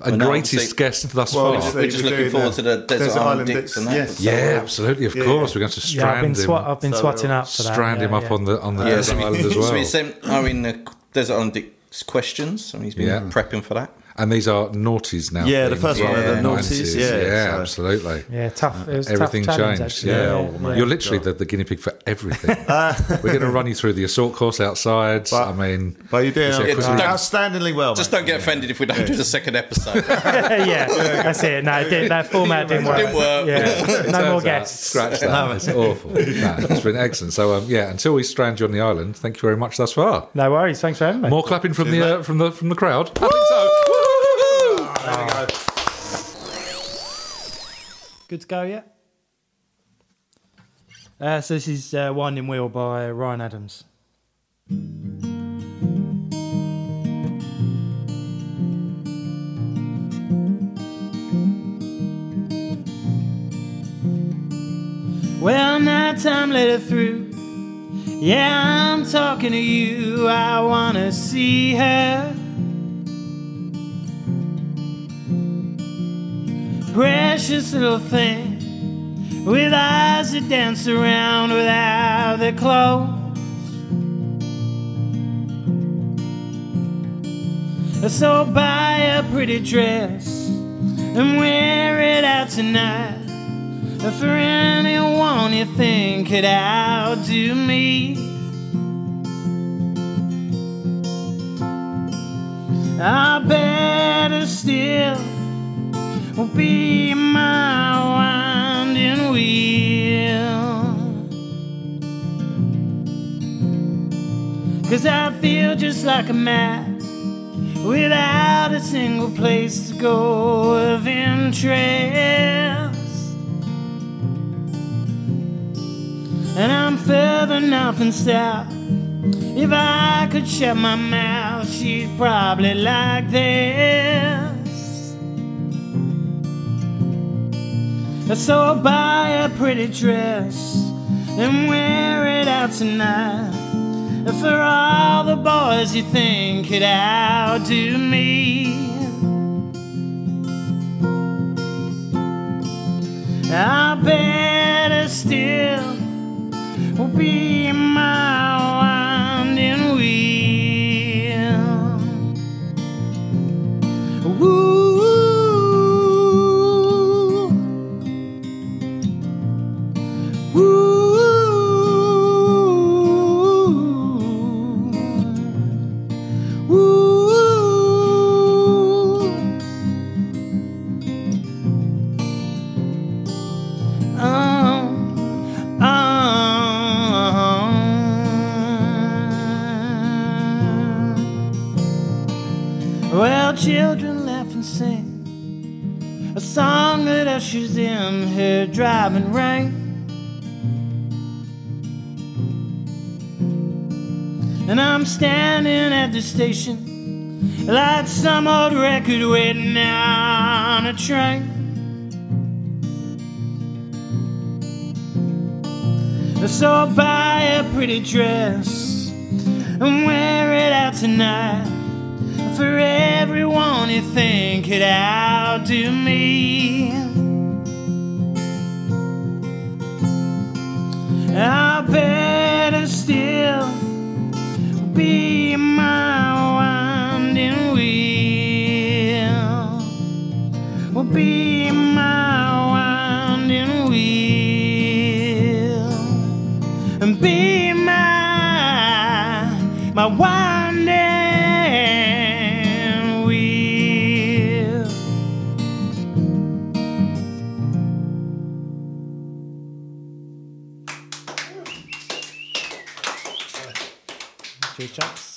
Speaker 1: and
Speaker 3: no,
Speaker 1: greatest
Speaker 3: obviously-
Speaker 1: guest thus
Speaker 4: Well,
Speaker 1: far?
Speaker 4: obviously
Speaker 3: We're just
Speaker 4: we're
Speaker 3: looking
Speaker 4: doing
Speaker 3: forward
Speaker 4: the
Speaker 3: to the Desert Island Dicks and that.
Speaker 4: Yes.
Speaker 1: Yeah, absolutely. Of
Speaker 4: Yeah,
Speaker 1: course,
Speaker 4: yeah.
Speaker 1: we're going to strand
Speaker 2: Yeah, I've been,
Speaker 1: him.
Speaker 2: swat, I've been
Speaker 4: So,
Speaker 2: swatting
Speaker 4: uh,
Speaker 2: up for that.
Speaker 1: strand
Speaker 2: yeah,
Speaker 1: him up
Speaker 2: yeah.
Speaker 1: on the on the
Speaker 3: Yeah,
Speaker 1: desert
Speaker 3: so we,
Speaker 1: island as
Speaker 3: so we
Speaker 1: well.
Speaker 3: sent Owen the Desert Island Dick questions, and he's been
Speaker 1: Yeah.
Speaker 3: prepping for that.
Speaker 1: And these are noughties now.
Speaker 4: Yeah, the
Speaker 1: themes
Speaker 4: first
Speaker 3: one
Speaker 1: rather
Speaker 3: are
Speaker 1: than
Speaker 3: the
Speaker 1: 90s.
Speaker 4: noughties, yeah,
Speaker 1: Yeah,
Speaker 4: so-
Speaker 1: absolutely.
Speaker 2: Yeah, tough. It was a
Speaker 1: Uh, Everything
Speaker 2: tough challenge,
Speaker 1: changed.
Speaker 2: Actually.
Speaker 1: yeah.
Speaker 4: Yeah, oh, mate.
Speaker 1: You're literally the, the guinea pig for everything.
Speaker 4: [laughs]
Speaker 1: We're going to run you through the assault course outside.
Speaker 4: But-
Speaker 1: I mean,
Speaker 4: But you're doing
Speaker 1: It's
Speaker 3: a-
Speaker 4: outstandingly well.
Speaker 3: Just
Speaker 4: mate.
Speaker 3: don't get offended if we don't do the second episode.
Speaker 2: [laughs] yeah, that's it. No, it didn't, that format didn't work.
Speaker 3: Didn't work. [laughs]
Speaker 2: Yeah, [laughs] no more
Speaker 1: Turns out,
Speaker 2: guests.
Speaker 1: Scratch that. it's awful. No, it's been excellent. So um, yeah, until we strand you on the island, thank you very much thus far.
Speaker 2: No worries. Thanks for having me.
Speaker 1: More clapping from the uh, from the from the crowd. I think so. Woo!
Speaker 2: Good to go yet? Uh, so this is uh, Winding Wheel by Ryan Adams. Well, now time let her through. Yeah, I'm talking to you. I wanna see her. precious little thing with eyes that dance around without their clothes. So buy a pretty dress and wear it out tonight. For anyone you think could outdo me. I better still will be my winding wheel. Cause I feel just like a map without a single place to go of interest. And I'm further north and south. If I could shut my mouth, she'd probably like this. So I'll buy a pretty dress and wear it out tonight. For all the boys you think could outdo me. I better still will be my winding wheel. Woo. Woo. Woo. Um, um. Well, children laugh and sing a song that ushers in her driving rain. And I'm standing at the station like some old record waiting on a train. So I'll buy a pretty dress and wear it out tonight for everyone you think could outdo me. I better still be my winding wheel. Will be my winding wheel and be my my winding wheel. Two chucks.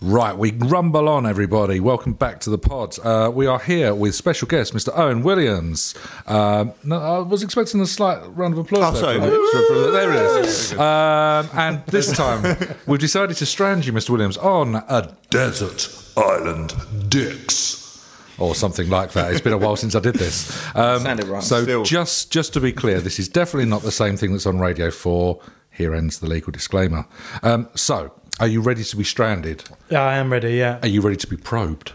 Speaker 1: Right, we rumble on, everybody. Welcome back to the pod. Uh, we are here with special guest, Mr. Owen Williams. Um, no, I was expecting a slight round of applause.
Speaker 4: Oh,
Speaker 1: there
Speaker 4: sorry.
Speaker 1: for that. there it is. Um, and this time, we've decided to strand you, Mr. Williams, on a desert island, Dix, or something like that. It's been a while since I did this. Um,
Speaker 3: Sounded right.
Speaker 1: So
Speaker 4: Still.
Speaker 1: just just to be clear, this is definitely not the same thing that's on Radio Four. Here ends the legal disclaimer. Um, so, are you ready to be stranded?
Speaker 2: Yeah, I am ready. Yeah,
Speaker 1: Are you ready to be probed?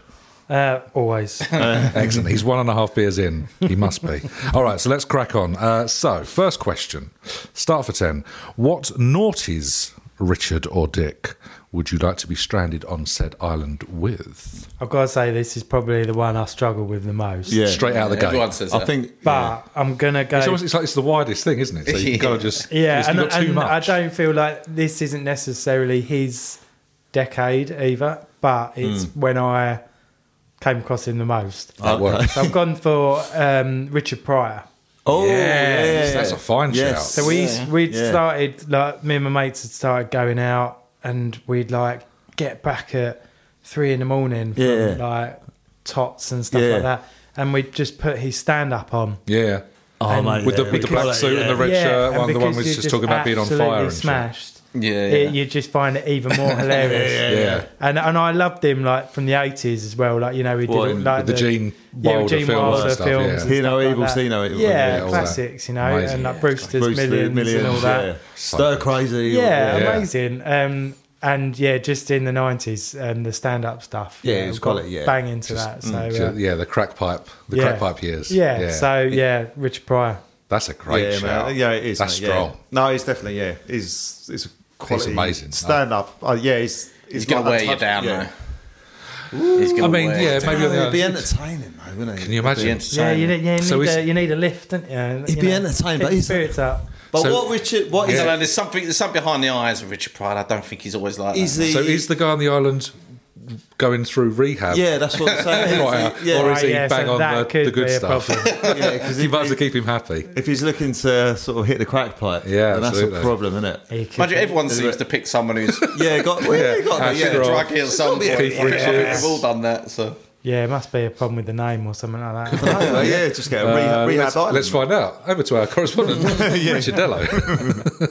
Speaker 2: uh, always.
Speaker 1: Excellent. He's one and a half beers in. He must [laughs] be. All right, so let's crack on. Uh, so, first question. Start for 10. What naughties Richard or Dick would you like to be stranded on said island with?
Speaker 2: I've got to say, this is probably the one I struggle with the most.
Speaker 4: Yeah.
Speaker 1: Straight out of the gate.
Speaker 3: Everyone says
Speaker 4: I
Speaker 3: that.
Speaker 4: think.
Speaker 2: But I'm going to go.
Speaker 1: It's, almost, it's like it's the widest thing, isn't it? So you've got to just
Speaker 2: yeah,
Speaker 1: it's-
Speaker 2: and,
Speaker 1: you've got too
Speaker 2: and I
Speaker 1: much.
Speaker 2: don't feel like this isn't necessarily his decade either, but it's when I came across him the most.
Speaker 1: That works.
Speaker 2: So I've gone for um, Richard Pryor.
Speaker 4: Oh,
Speaker 1: Yes, that's a fine
Speaker 4: Yes.
Speaker 1: shout.
Speaker 2: So we
Speaker 3: Yeah.
Speaker 2: we
Speaker 4: Yeah.
Speaker 2: started like me and my mates had started going out, and we'd like get back at three in the morning from
Speaker 4: Yeah.
Speaker 2: like tots and stuff
Speaker 4: Yeah.
Speaker 2: like that, and we'd just put his stand up on.
Speaker 1: Yeah.
Speaker 4: Oh,
Speaker 2: And-
Speaker 4: mate,
Speaker 1: With the,
Speaker 4: yeah,
Speaker 1: with the
Speaker 4: we call
Speaker 1: black
Speaker 4: it,
Speaker 1: suit and the red shirt,
Speaker 2: and
Speaker 1: one, the one
Speaker 2: because
Speaker 1: was
Speaker 2: you're
Speaker 1: just, talking about being on fire
Speaker 2: absolutely
Speaker 1: and shit.
Speaker 2: smashed.
Speaker 3: Yeah,
Speaker 2: it-
Speaker 3: yeah.
Speaker 2: you just find it
Speaker 1: [laughs]
Speaker 2: even more hilarious.
Speaker 1: Yeah.
Speaker 2: And and I loved him like from the eighties as well. Like you know, he did
Speaker 4: Well,
Speaker 2: all,
Speaker 4: in-
Speaker 1: With
Speaker 2: like
Speaker 1: the Gene
Speaker 2: yeah,
Speaker 1: Wilder
Speaker 2: Gene
Speaker 1: films
Speaker 2: Wilder
Speaker 1: and stuff.
Speaker 2: films
Speaker 1: yeah.
Speaker 2: and
Speaker 4: Hear no
Speaker 2: stuff like
Speaker 4: evil,
Speaker 2: that.
Speaker 4: see no evil.
Speaker 2: yeah,
Speaker 1: Yeah, all that.
Speaker 2: classics, you know,
Speaker 1: Amazing.
Speaker 2: and like
Speaker 1: Yeah.
Speaker 2: Brewster's
Speaker 4: Bruce Lee,
Speaker 2: millions, and all that.
Speaker 4: yeah. Stir crazy. all-
Speaker 2: Yeah,
Speaker 1: Yeah.
Speaker 2: amazing. Um, and yeah, just in the nineties, um, the stand-up stuff. uh,
Speaker 4: Yeah, it's
Speaker 2: got
Speaker 4: quality, yeah.
Speaker 2: bang into that. So
Speaker 1: So,
Speaker 2: uh,
Speaker 1: yeah, the crack pipe, mm, the
Speaker 2: yeah.
Speaker 1: crack pipe years.
Speaker 2: Yeah, so yeah, Richard Pryor.
Speaker 1: that's a great
Speaker 4: yeah,
Speaker 1: shout.
Speaker 4: Man. Yeah, it is.
Speaker 1: That's
Speaker 4: mate, yeah.
Speaker 1: strong.
Speaker 4: No, it's definitely yeah. It's it's a quality.
Speaker 1: amazing.
Speaker 4: Stand up. Uh, yeah, it's
Speaker 3: He's gonna wear you down,
Speaker 4: Yeah.
Speaker 3: though. He's
Speaker 1: I
Speaker 3: gonna
Speaker 1: mean,
Speaker 3: wear
Speaker 1: yeah,
Speaker 3: you down.
Speaker 1: maybe on the
Speaker 4: He'd be
Speaker 1: other-
Speaker 4: entertaining, though, wouldn't he?
Speaker 1: Can you
Speaker 3: Be
Speaker 1: imagine?
Speaker 2: Yeah,
Speaker 3: entertaining.
Speaker 2: you, need- yeah, you,
Speaker 1: So
Speaker 2: need
Speaker 1: he's-
Speaker 2: a, you need a lift, don't you?
Speaker 4: He'd
Speaker 2: You
Speaker 4: be
Speaker 2: know,
Speaker 4: entertained,
Speaker 2: keep
Speaker 4: but he's-
Speaker 2: spirits up.
Speaker 4: But
Speaker 1: So-
Speaker 4: what Richard? What is
Speaker 3: I don't know,
Speaker 4: yeah.
Speaker 3: there's something there's something behind the eyes of Richard Pryor. I don't think he's always like
Speaker 4: is
Speaker 3: that.
Speaker 4: he?
Speaker 1: So is the guy on the island going through rehab?
Speaker 4: yeah, that's what I'm saying.
Speaker 1: [laughs] Right,
Speaker 4: yeah,
Speaker 1: or is he
Speaker 2: yeah,
Speaker 1: bang
Speaker 2: so
Speaker 1: on
Speaker 2: that
Speaker 1: the,
Speaker 2: could
Speaker 1: the good
Speaker 2: be a
Speaker 1: stuff? [laughs]
Speaker 2: problem.
Speaker 4: yeah, because
Speaker 1: you might as well keep him happy.
Speaker 4: if he's looking to sort of hit the crack pipe,
Speaker 1: Yeah,
Speaker 4: then that's
Speaker 1: absolutely.
Speaker 4: a problem, isn't it?
Speaker 2: He could
Speaker 3: Mind you,
Speaker 2: be-
Speaker 3: everyone seems to pick someone [laughs] who's
Speaker 4: Yeah, got well, yeah, got
Speaker 1: Ash
Speaker 4: yeah.
Speaker 1: Grove.
Speaker 3: druggy at some point. I
Speaker 1: Keith
Speaker 3: think- I think
Speaker 1: Richards.
Speaker 3: we've all done that. [laughs] So
Speaker 2: yeah, it must be a problem with the name or something like that. [laughs]
Speaker 4: Oh, yeah, just get a rehab,
Speaker 1: Uh,
Speaker 4: rehab
Speaker 1: let's,
Speaker 4: island.
Speaker 1: let's find out. Over to our
Speaker 4: [laughs]
Speaker 1: correspondent, Richard Dello.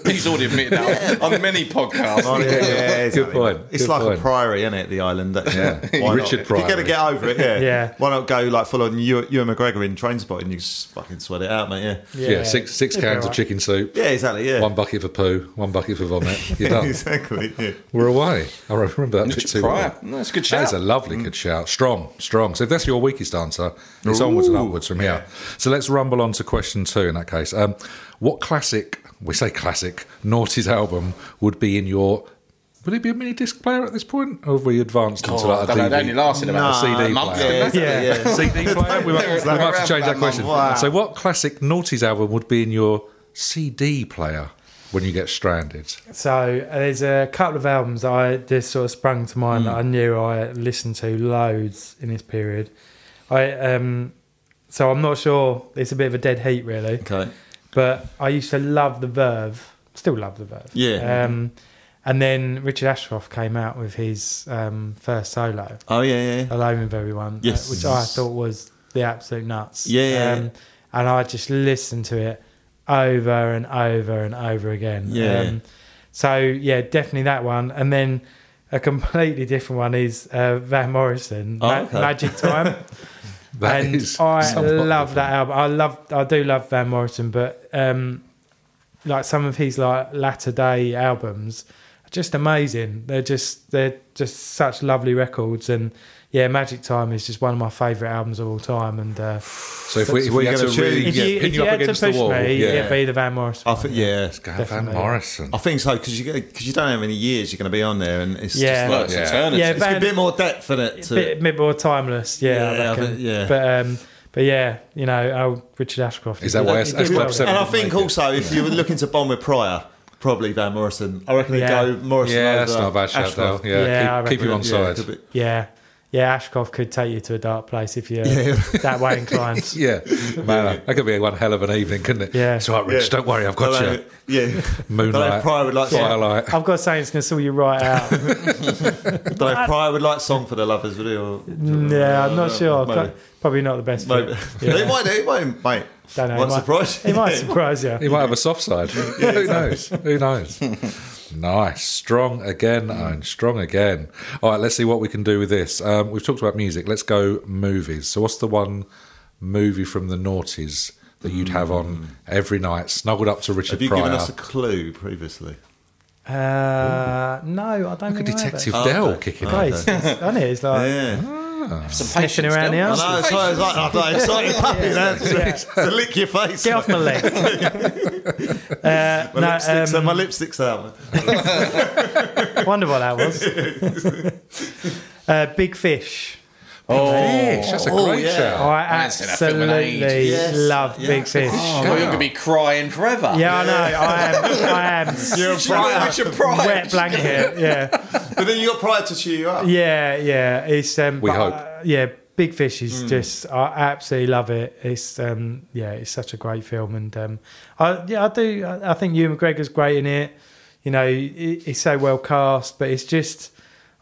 Speaker 3: he's already admitted that on many
Speaker 4: Oh,
Speaker 3: podcasts.
Speaker 4: yeah, yeah, yeah,
Speaker 1: Good
Speaker 4: exactly.
Speaker 1: point,
Speaker 4: It's
Speaker 1: good
Speaker 4: like
Speaker 1: point.
Speaker 4: a priory, isn't it? The island. Actually.
Speaker 1: Yeah. [laughs]
Speaker 4: Why not?
Speaker 1: Richard
Speaker 4: If you're
Speaker 1: Priory.
Speaker 4: gonna get over it, yeah.
Speaker 2: Yeah.
Speaker 4: Why not go like full on Ewan, Ewan McGregor in train spotting? You just fucking sweat it out, mate. Yeah.
Speaker 1: yeah. six six
Speaker 2: it'd be
Speaker 1: cans of
Speaker 2: alright.
Speaker 1: chicken soup,
Speaker 4: Yeah, exactly. Yeah. [laughs]
Speaker 1: one bucket for poo, one bucket for vomit. You're done.
Speaker 4: exactly. Yeah.
Speaker 1: We're away. I remember that bit
Speaker 3: Richard
Speaker 1: too well.
Speaker 3: Pryor. No, that's a good
Speaker 1: That is
Speaker 3: shout.
Speaker 1: a lovely good shout. Strong, strong. So if that's your weakest answer, it's onwards and upwards from here. So let's rumble on to question two in that case. Um, what classic, we say classic, Naughty's album would be in your. Would it be a mini disc player at this point? Or have we advanced into
Speaker 3: Oh, I
Speaker 1: like a
Speaker 3: don't know, they
Speaker 1: DVD?
Speaker 3: only lasted about
Speaker 1: Nah,
Speaker 3: a CD
Speaker 1: month,
Speaker 3: player.
Speaker 1: didn't
Speaker 2: Yeah.
Speaker 1: CD player? We might, we might have to change that question.
Speaker 4: Wow.
Speaker 1: So, what classic Naughty's album would be in your CD player when you get stranded?
Speaker 2: So uh, there's a couple of albums that I just sort of sprung to mind
Speaker 1: Hmm.
Speaker 2: that I knew I listened to loads in this period. I um, so I'm not sure. It's a bit of a dead heat, really.
Speaker 4: Okay.
Speaker 2: But I used to love the Verve. Still love the Verve.
Speaker 4: Yeah.
Speaker 2: Um, and then Richard Ashcroft came out with his um, first solo,
Speaker 4: Oh yeah, yeah.
Speaker 2: Alone with Everyone, uh,
Speaker 4: Yes.
Speaker 2: which I thought was the absolute nuts. Um,
Speaker 4: Yeah, yeah, yeah.
Speaker 2: and I just listened to it over and over and over again. Um,
Speaker 4: Yeah.
Speaker 2: so yeah, definitely that one. And then a completely different one is uh, Van Morrison,
Speaker 4: Oh,
Speaker 2: Ma-
Speaker 4: okay.
Speaker 2: Magic
Speaker 4: [laughs]
Speaker 2: Time.
Speaker 1: That
Speaker 2: and
Speaker 1: is
Speaker 2: I
Speaker 1: [laughs] somewhat
Speaker 2: love
Speaker 1: different.
Speaker 2: that album. I love, I do love Van Morrison, but um, like some of his like latter day albums, are just amazing. They're just they're just such lovely records, and yeah, Magic Time is just one of my favourite albums of all time. And uh,
Speaker 1: So if we, if
Speaker 4: So
Speaker 1: we
Speaker 4: we're
Speaker 1: had to
Speaker 4: gonna choose-
Speaker 1: really
Speaker 2: if you,
Speaker 1: yeah, pin
Speaker 2: if you
Speaker 1: you up
Speaker 2: had to
Speaker 1: against the
Speaker 2: push
Speaker 1: wall,
Speaker 2: me,
Speaker 1: yeah.
Speaker 2: it'd be the Van Morrison.
Speaker 4: I
Speaker 2: one,
Speaker 4: think
Speaker 2: yeah.
Speaker 4: yeah.
Speaker 1: Let's go Van
Speaker 2: Definitely.
Speaker 1: Morrison.
Speaker 4: I think so because you because you don't know how many years you're going to be on there, and it's
Speaker 2: Yeah.
Speaker 4: just
Speaker 3: Well,
Speaker 4: like,
Speaker 3: it's
Speaker 1: Yeah.
Speaker 3: eternity.
Speaker 2: Yeah,
Speaker 4: it's a
Speaker 2: Van-
Speaker 4: bit more depth in it. To,
Speaker 2: bit, bit more timeless. Yeah,
Speaker 4: Yeah,
Speaker 2: I
Speaker 4: I
Speaker 2: reckon.
Speaker 4: think- yeah.
Speaker 2: But um, but yeah, you know, oh, Richard Ashcroft
Speaker 1: Is that why
Speaker 2: he
Speaker 1: S-
Speaker 2: did
Speaker 1: S Club
Speaker 2: well.
Speaker 1: 7
Speaker 4: and I
Speaker 1: didn't
Speaker 4: think
Speaker 1: make it.
Speaker 4: also if you were looking to bond with Pryor, probably Van Morrison. I reckon he'd
Speaker 2: Yeah.
Speaker 4: go Morrison.
Speaker 1: yeah,
Speaker 4: over
Speaker 1: that's not a bad shout, though.
Speaker 4: Ashcroft.
Speaker 1: Yeah,
Speaker 2: Yeah, I
Speaker 1: keep, keep
Speaker 2: reckon
Speaker 1: you on
Speaker 4: Yeah,
Speaker 1: side.
Speaker 4: could be-
Speaker 2: Yeah. Yeah, Ashcroft could take you to a dark place if you're [laughs] that way
Speaker 4: [laughs]
Speaker 2: inclined.
Speaker 1: Yeah, [laughs] man, that could be one hell of an evening, couldn't it?
Speaker 2: Yeah.
Speaker 1: It's all right, Rich.
Speaker 4: Oh, Yeah.
Speaker 1: Don't worry, I've got
Speaker 4: Although-
Speaker 1: you. [laughs]
Speaker 4: Yeah.
Speaker 1: Moonlight.
Speaker 4: Don't have Pryor would like song.
Speaker 1: Firelight.
Speaker 2: I've got something that's going to sort you right
Speaker 4: [laughs]
Speaker 2: out.
Speaker 4: Don't have Pryor would like song for the lovers, would he? Or,
Speaker 2: yeah, I'm not sure.
Speaker 4: Maybe.
Speaker 2: Pro- Probably not the best
Speaker 4: [laughs] Maybe.
Speaker 2: fit. Yeah.
Speaker 4: He might. He might. Mate.
Speaker 2: Don't know,
Speaker 4: Might
Speaker 2: he might-
Speaker 4: surprise. you. [laughs]
Speaker 2: It might surprise you.
Speaker 1: He might have a soft [laughs] side. Who knows? Who [laughs] knows? nice. Strong again, Owen. Strong again. All right, let's see what we can do with this. Um, we've talked about music. Let's go movies. So, what's the one movie from the noughties that you'd have on every night, snuggled up to Richard
Speaker 4: Have you
Speaker 1: Pryor?
Speaker 4: given us a clue previously?
Speaker 2: Uh, no, I don't
Speaker 1: Look at
Speaker 2: think I have
Speaker 1: Detective
Speaker 2: it.
Speaker 4: Oh,
Speaker 1: Dell
Speaker 4: okay.
Speaker 1: kicking in.
Speaker 2: Christ, it's on it. [laughs] It's like,
Speaker 4: Yeah.
Speaker 3: Some
Speaker 2: sniffing
Speaker 3: patience, Oh,
Speaker 2: around the
Speaker 3: don't
Speaker 4: I
Speaker 2: house.
Speaker 3: you?
Speaker 4: know. It's like, it's [laughs] like, it's like, it's like, puppy. Now.
Speaker 2: Yeah.
Speaker 4: [laughs] It's to lick your face.
Speaker 2: Get off my leg. Uh,
Speaker 4: My, lipstick's,
Speaker 2: no, um,
Speaker 4: my lipstick's
Speaker 2: [laughs]
Speaker 4: out.
Speaker 2: wonder what that
Speaker 4: [laughs]
Speaker 2: was. uh, Big Fish.
Speaker 1: Fish, that's a
Speaker 3: Oh,
Speaker 1: great
Speaker 4: yeah.
Speaker 1: shout.
Speaker 2: I
Speaker 3: I haven't seen that film in
Speaker 2: absolutely
Speaker 4: ages.
Speaker 2: love
Speaker 4: Yes.
Speaker 2: Big
Speaker 4: Yes.
Speaker 2: Fish.
Speaker 3: Oh, you're going to be crying forever.
Speaker 2: Yeah, I know. I am. I am.
Speaker 4: You're
Speaker 3: Right,
Speaker 4: right.
Speaker 3: with your pride.
Speaker 2: Wet blanket. Yeah.
Speaker 4: But then you got pride to cheer you up.
Speaker 2: Yeah, yeah. It's um,
Speaker 1: We
Speaker 2: but,
Speaker 1: hope.
Speaker 2: uh, yeah, Big Fish
Speaker 4: Mm.
Speaker 2: is just I absolutely love it. It's um, yeah, it's such a great film, and um, I yeah, I do. I, I think Ewan McGregor's great in it. You know, it, it's so well cast, but it's just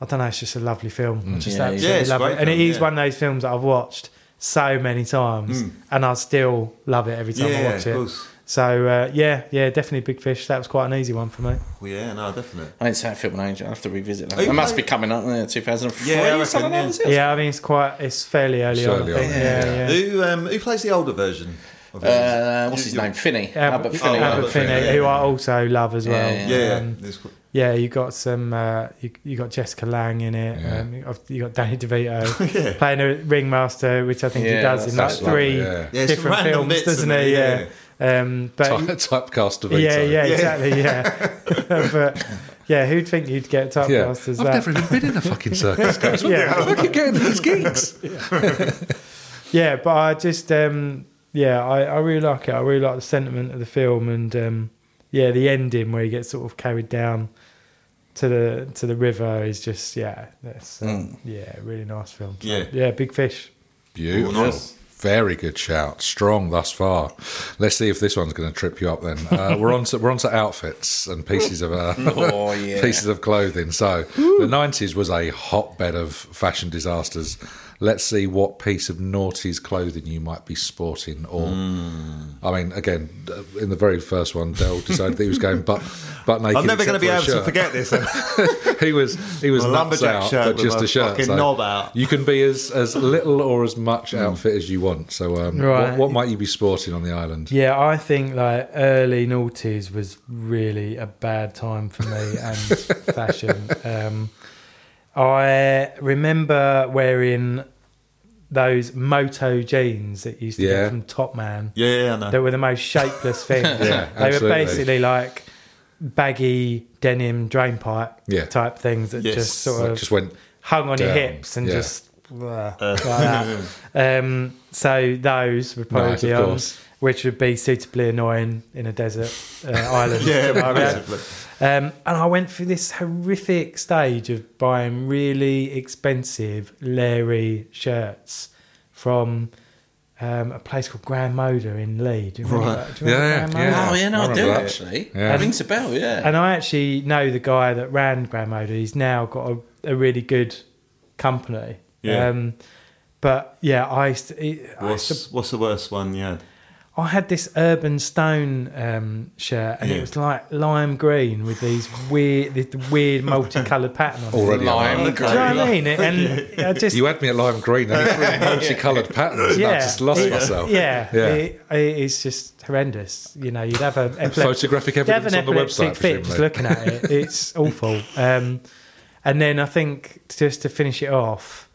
Speaker 2: I don't know. It's just a lovely film. I just
Speaker 3: Yeah, yeah.
Speaker 2: absolutely
Speaker 4: Yeah, it's a
Speaker 2: love
Speaker 4: great
Speaker 2: it, and it
Speaker 4: film,
Speaker 2: is
Speaker 4: yeah.
Speaker 2: one of those films that I've watched so many times, and I still love it every time I
Speaker 4: Yeah,
Speaker 2: watch
Speaker 4: of
Speaker 2: it.
Speaker 4: course.
Speaker 2: So uh, yeah, yeah, definitely Big Fish. That was quite an easy one for me.
Speaker 4: Well, yeah, no, definitely.
Speaker 3: I didn't see that film in ages. I have to revisit that.
Speaker 4: Are you
Speaker 3: It must be
Speaker 4: playing-
Speaker 3: coming up in 2003
Speaker 4: Yeah, I
Speaker 3: or
Speaker 4: reckon,
Speaker 3: something
Speaker 4: yeah.
Speaker 3: like that.
Speaker 2: Yeah, I mean it's quite it's fairly early on.
Speaker 1: Fairly
Speaker 2: I think.
Speaker 1: early,
Speaker 2: yeah,
Speaker 1: yeah.
Speaker 2: yeah.
Speaker 4: Who um, who plays the older version? Of
Speaker 3: Uh,
Speaker 4: it?
Speaker 3: what's his
Speaker 4: You- you-
Speaker 3: name? Finney.
Speaker 2: Albert,
Speaker 3: Albert Finney.
Speaker 4: Oh,
Speaker 2: Albert
Speaker 4: Albert
Speaker 2: Finney,
Speaker 4: Finney,
Speaker 2: who
Speaker 4: yeah.
Speaker 2: I also love as well.
Speaker 3: Yeah,
Speaker 4: Yeah, yeah.
Speaker 2: Um,
Speaker 4: It's qu-
Speaker 2: yeah, you got some. Uh, you, you got Jessica Lang in it.
Speaker 1: Yeah.
Speaker 2: Um, you got- you got Danny DeVito
Speaker 4: Yeah.
Speaker 2: playing a ringmaster, which I think he
Speaker 3: Yeah,
Speaker 2: does in like
Speaker 3: that's
Speaker 1: lovely,
Speaker 2: three
Speaker 1: yeah.
Speaker 4: Yeah, it's
Speaker 2: different
Speaker 4: random
Speaker 2: films,
Speaker 4: bits,
Speaker 2: doesn't
Speaker 4: isn't
Speaker 2: he?
Speaker 4: it?
Speaker 2: Yeah. Um, but
Speaker 1: Ty- typecast of
Speaker 2: yeah, yeah,
Speaker 4: Yeah.
Speaker 2: exactly, yeah. [laughs] but yeah, who'd think you'd get typecast
Speaker 1: Yeah,
Speaker 2: as
Speaker 1: I've
Speaker 2: that?
Speaker 1: never even been in a fucking circus.
Speaker 2: [laughs]
Speaker 1: Guys.
Speaker 2: Yeah.
Speaker 1: yeah, look at getting these gigs.
Speaker 2: Yeah, but I just um yeah, I, I really like it. I really like the sentiment of the film and um yeah, the ending where he gets sort of carried down to the to the river is just yeah, that's um, yeah, really nice film. So,
Speaker 4: Yeah.
Speaker 2: Yeah, Big Fish.
Speaker 1: Beautiful.
Speaker 4: Oh, nice.
Speaker 1: Very good shout. Strong thus far. Let's see if this one's going to trip you up. Then
Speaker 4: [laughs]
Speaker 1: uh, we're on to we're on to outfits and pieces of uh,
Speaker 3: Oh, yeah.
Speaker 1: pieces of clothing. So the nineties was a hotbed of fashion disasters. Let's see what piece of naughty's clothing you might be sporting. Or,
Speaker 4: Hmm.
Speaker 1: I mean, again, uh, in the very first one,
Speaker 4: [laughs]
Speaker 1: Dell decided that he was going butt butt naked.
Speaker 4: I'm never
Speaker 1: going
Speaker 4: going to be able to
Speaker 1: [laughs]
Speaker 4: forget this.
Speaker 1: he was he was
Speaker 4: A
Speaker 1: nuts
Speaker 4: lumberjack
Speaker 1: out,
Speaker 4: shirt
Speaker 1: but
Speaker 4: with
Speaker 1: just
Speaker 4: a
Speaker 1: a shirt.
Speaker 4: fucking knob out.
Speaker 1: You can be as as little or as much
Speaker 4: Mm.
Speaker 1: outfit as you want. So, um,
Speaker 2: Right.
Speaker 1: what, what might you be sporting on the island?
Speaker 2: Yeah, I think like early noughties was really a bad time for me and fashion. Um, I remember wearing those moto jeans that you used to
Speaker 1: Yeah.
Speaker 2: get from Top Man.
Speaker 4: yeah, yeah, I know.
Speaker 2: [laughs] that were the most shapeless things.
Speaker 1: [laughs] Yeah,
Speaker 2: they were
Speaker 1: absolutely.
Speaker 2: basically like baggy denim drain pipe
Speaker 1: Yeah.
Speaker 2: type things that
Speaker 4: Yes,
Speaker 2: just
Speaker 1: Like,
Speaker 2: sort of
Speaker 1: just went.
Speaker 2: hung on your
Speaker 1: down.
Speaker 2: hips and
Speaker 1: Yeah.
Speaker 2: just uh, like that.
Speaker 4: [laughs]
Speaker 2: um, so those would probably
Speaker 1: Nice,
Speaker 2: be
Speaker 1: of
Speaker 2: on,
Speaker 1: course.
Speaker 2: which would be suitably annoying in a desert uh, island.
Speaker 4: [laughs] yeah,
Speaker 2: like that.
Speaker 4: basically.
Speaker 2: Um, and I went through this horrific stage of buying really expensive Larry shirts from um, a place called Grand Moda in Leeds. Do you remember, that? Do you remember
Speaker 1: Yeah,
Speaker 2: Grand
Speaker 1: yeah,
Speaker 2: Moda?
Speaker 1: yeah.
Speaker 3: Oh, yeah, no, I,
Speaker 1: I
Speaker 3: do
Speaker 1: remember that.
Speaker 3: actually.
Speaker 1: Yeah.
Speaker 3: Rings a bell, yeah.
Speaker 2: And I actually know the guy that ran Grand Moda. He's now got a, a really good company.
Speaker 4: Yeah.
Speaker 2: Um, but yeah, I used to, I used to
Speaker 4: What's, what's the worst one you had?
Speaker 2: I had this Urban Stone um, shirt, and it
Speaker 4: Yeah.
Speaker 2: was like lime green with these weird, this weird multicolored pattern on it.
Speaker 1: Already,
Speaker 3: Lime
Speaker 1: on.
Speaker 2: Do you know what I
Speaker 3: green.
Speaker 2: mean? It- And I just
Speaker 1: you had me at lime green and it's
Speaker 4: [laughs]
Speaker 1: really multicoloured patterns. And I
Speaker 2: yeah,
Speaker 1: just lost
Speaker 2: it-
Speaker 1: myself.
Speaker 2: Yeah,
Speaker 1: Yeah.
Speaker 2: It, it is just horrendous. You know, you'd have a
Speaker 1: Photographic
Speaker 2: you'd have
Speaker 1: evidence
Speaker 2: an
Speaker 1: on the
Speaker 2: epileptic
Speaker 1: website,
Speaker 2: fit just
Speaker 1: presumably.
Speaker 2: looking
Speaker 1: [laughs]
Speaker 2: at it. It's awful. Um, and then I think just to finish it off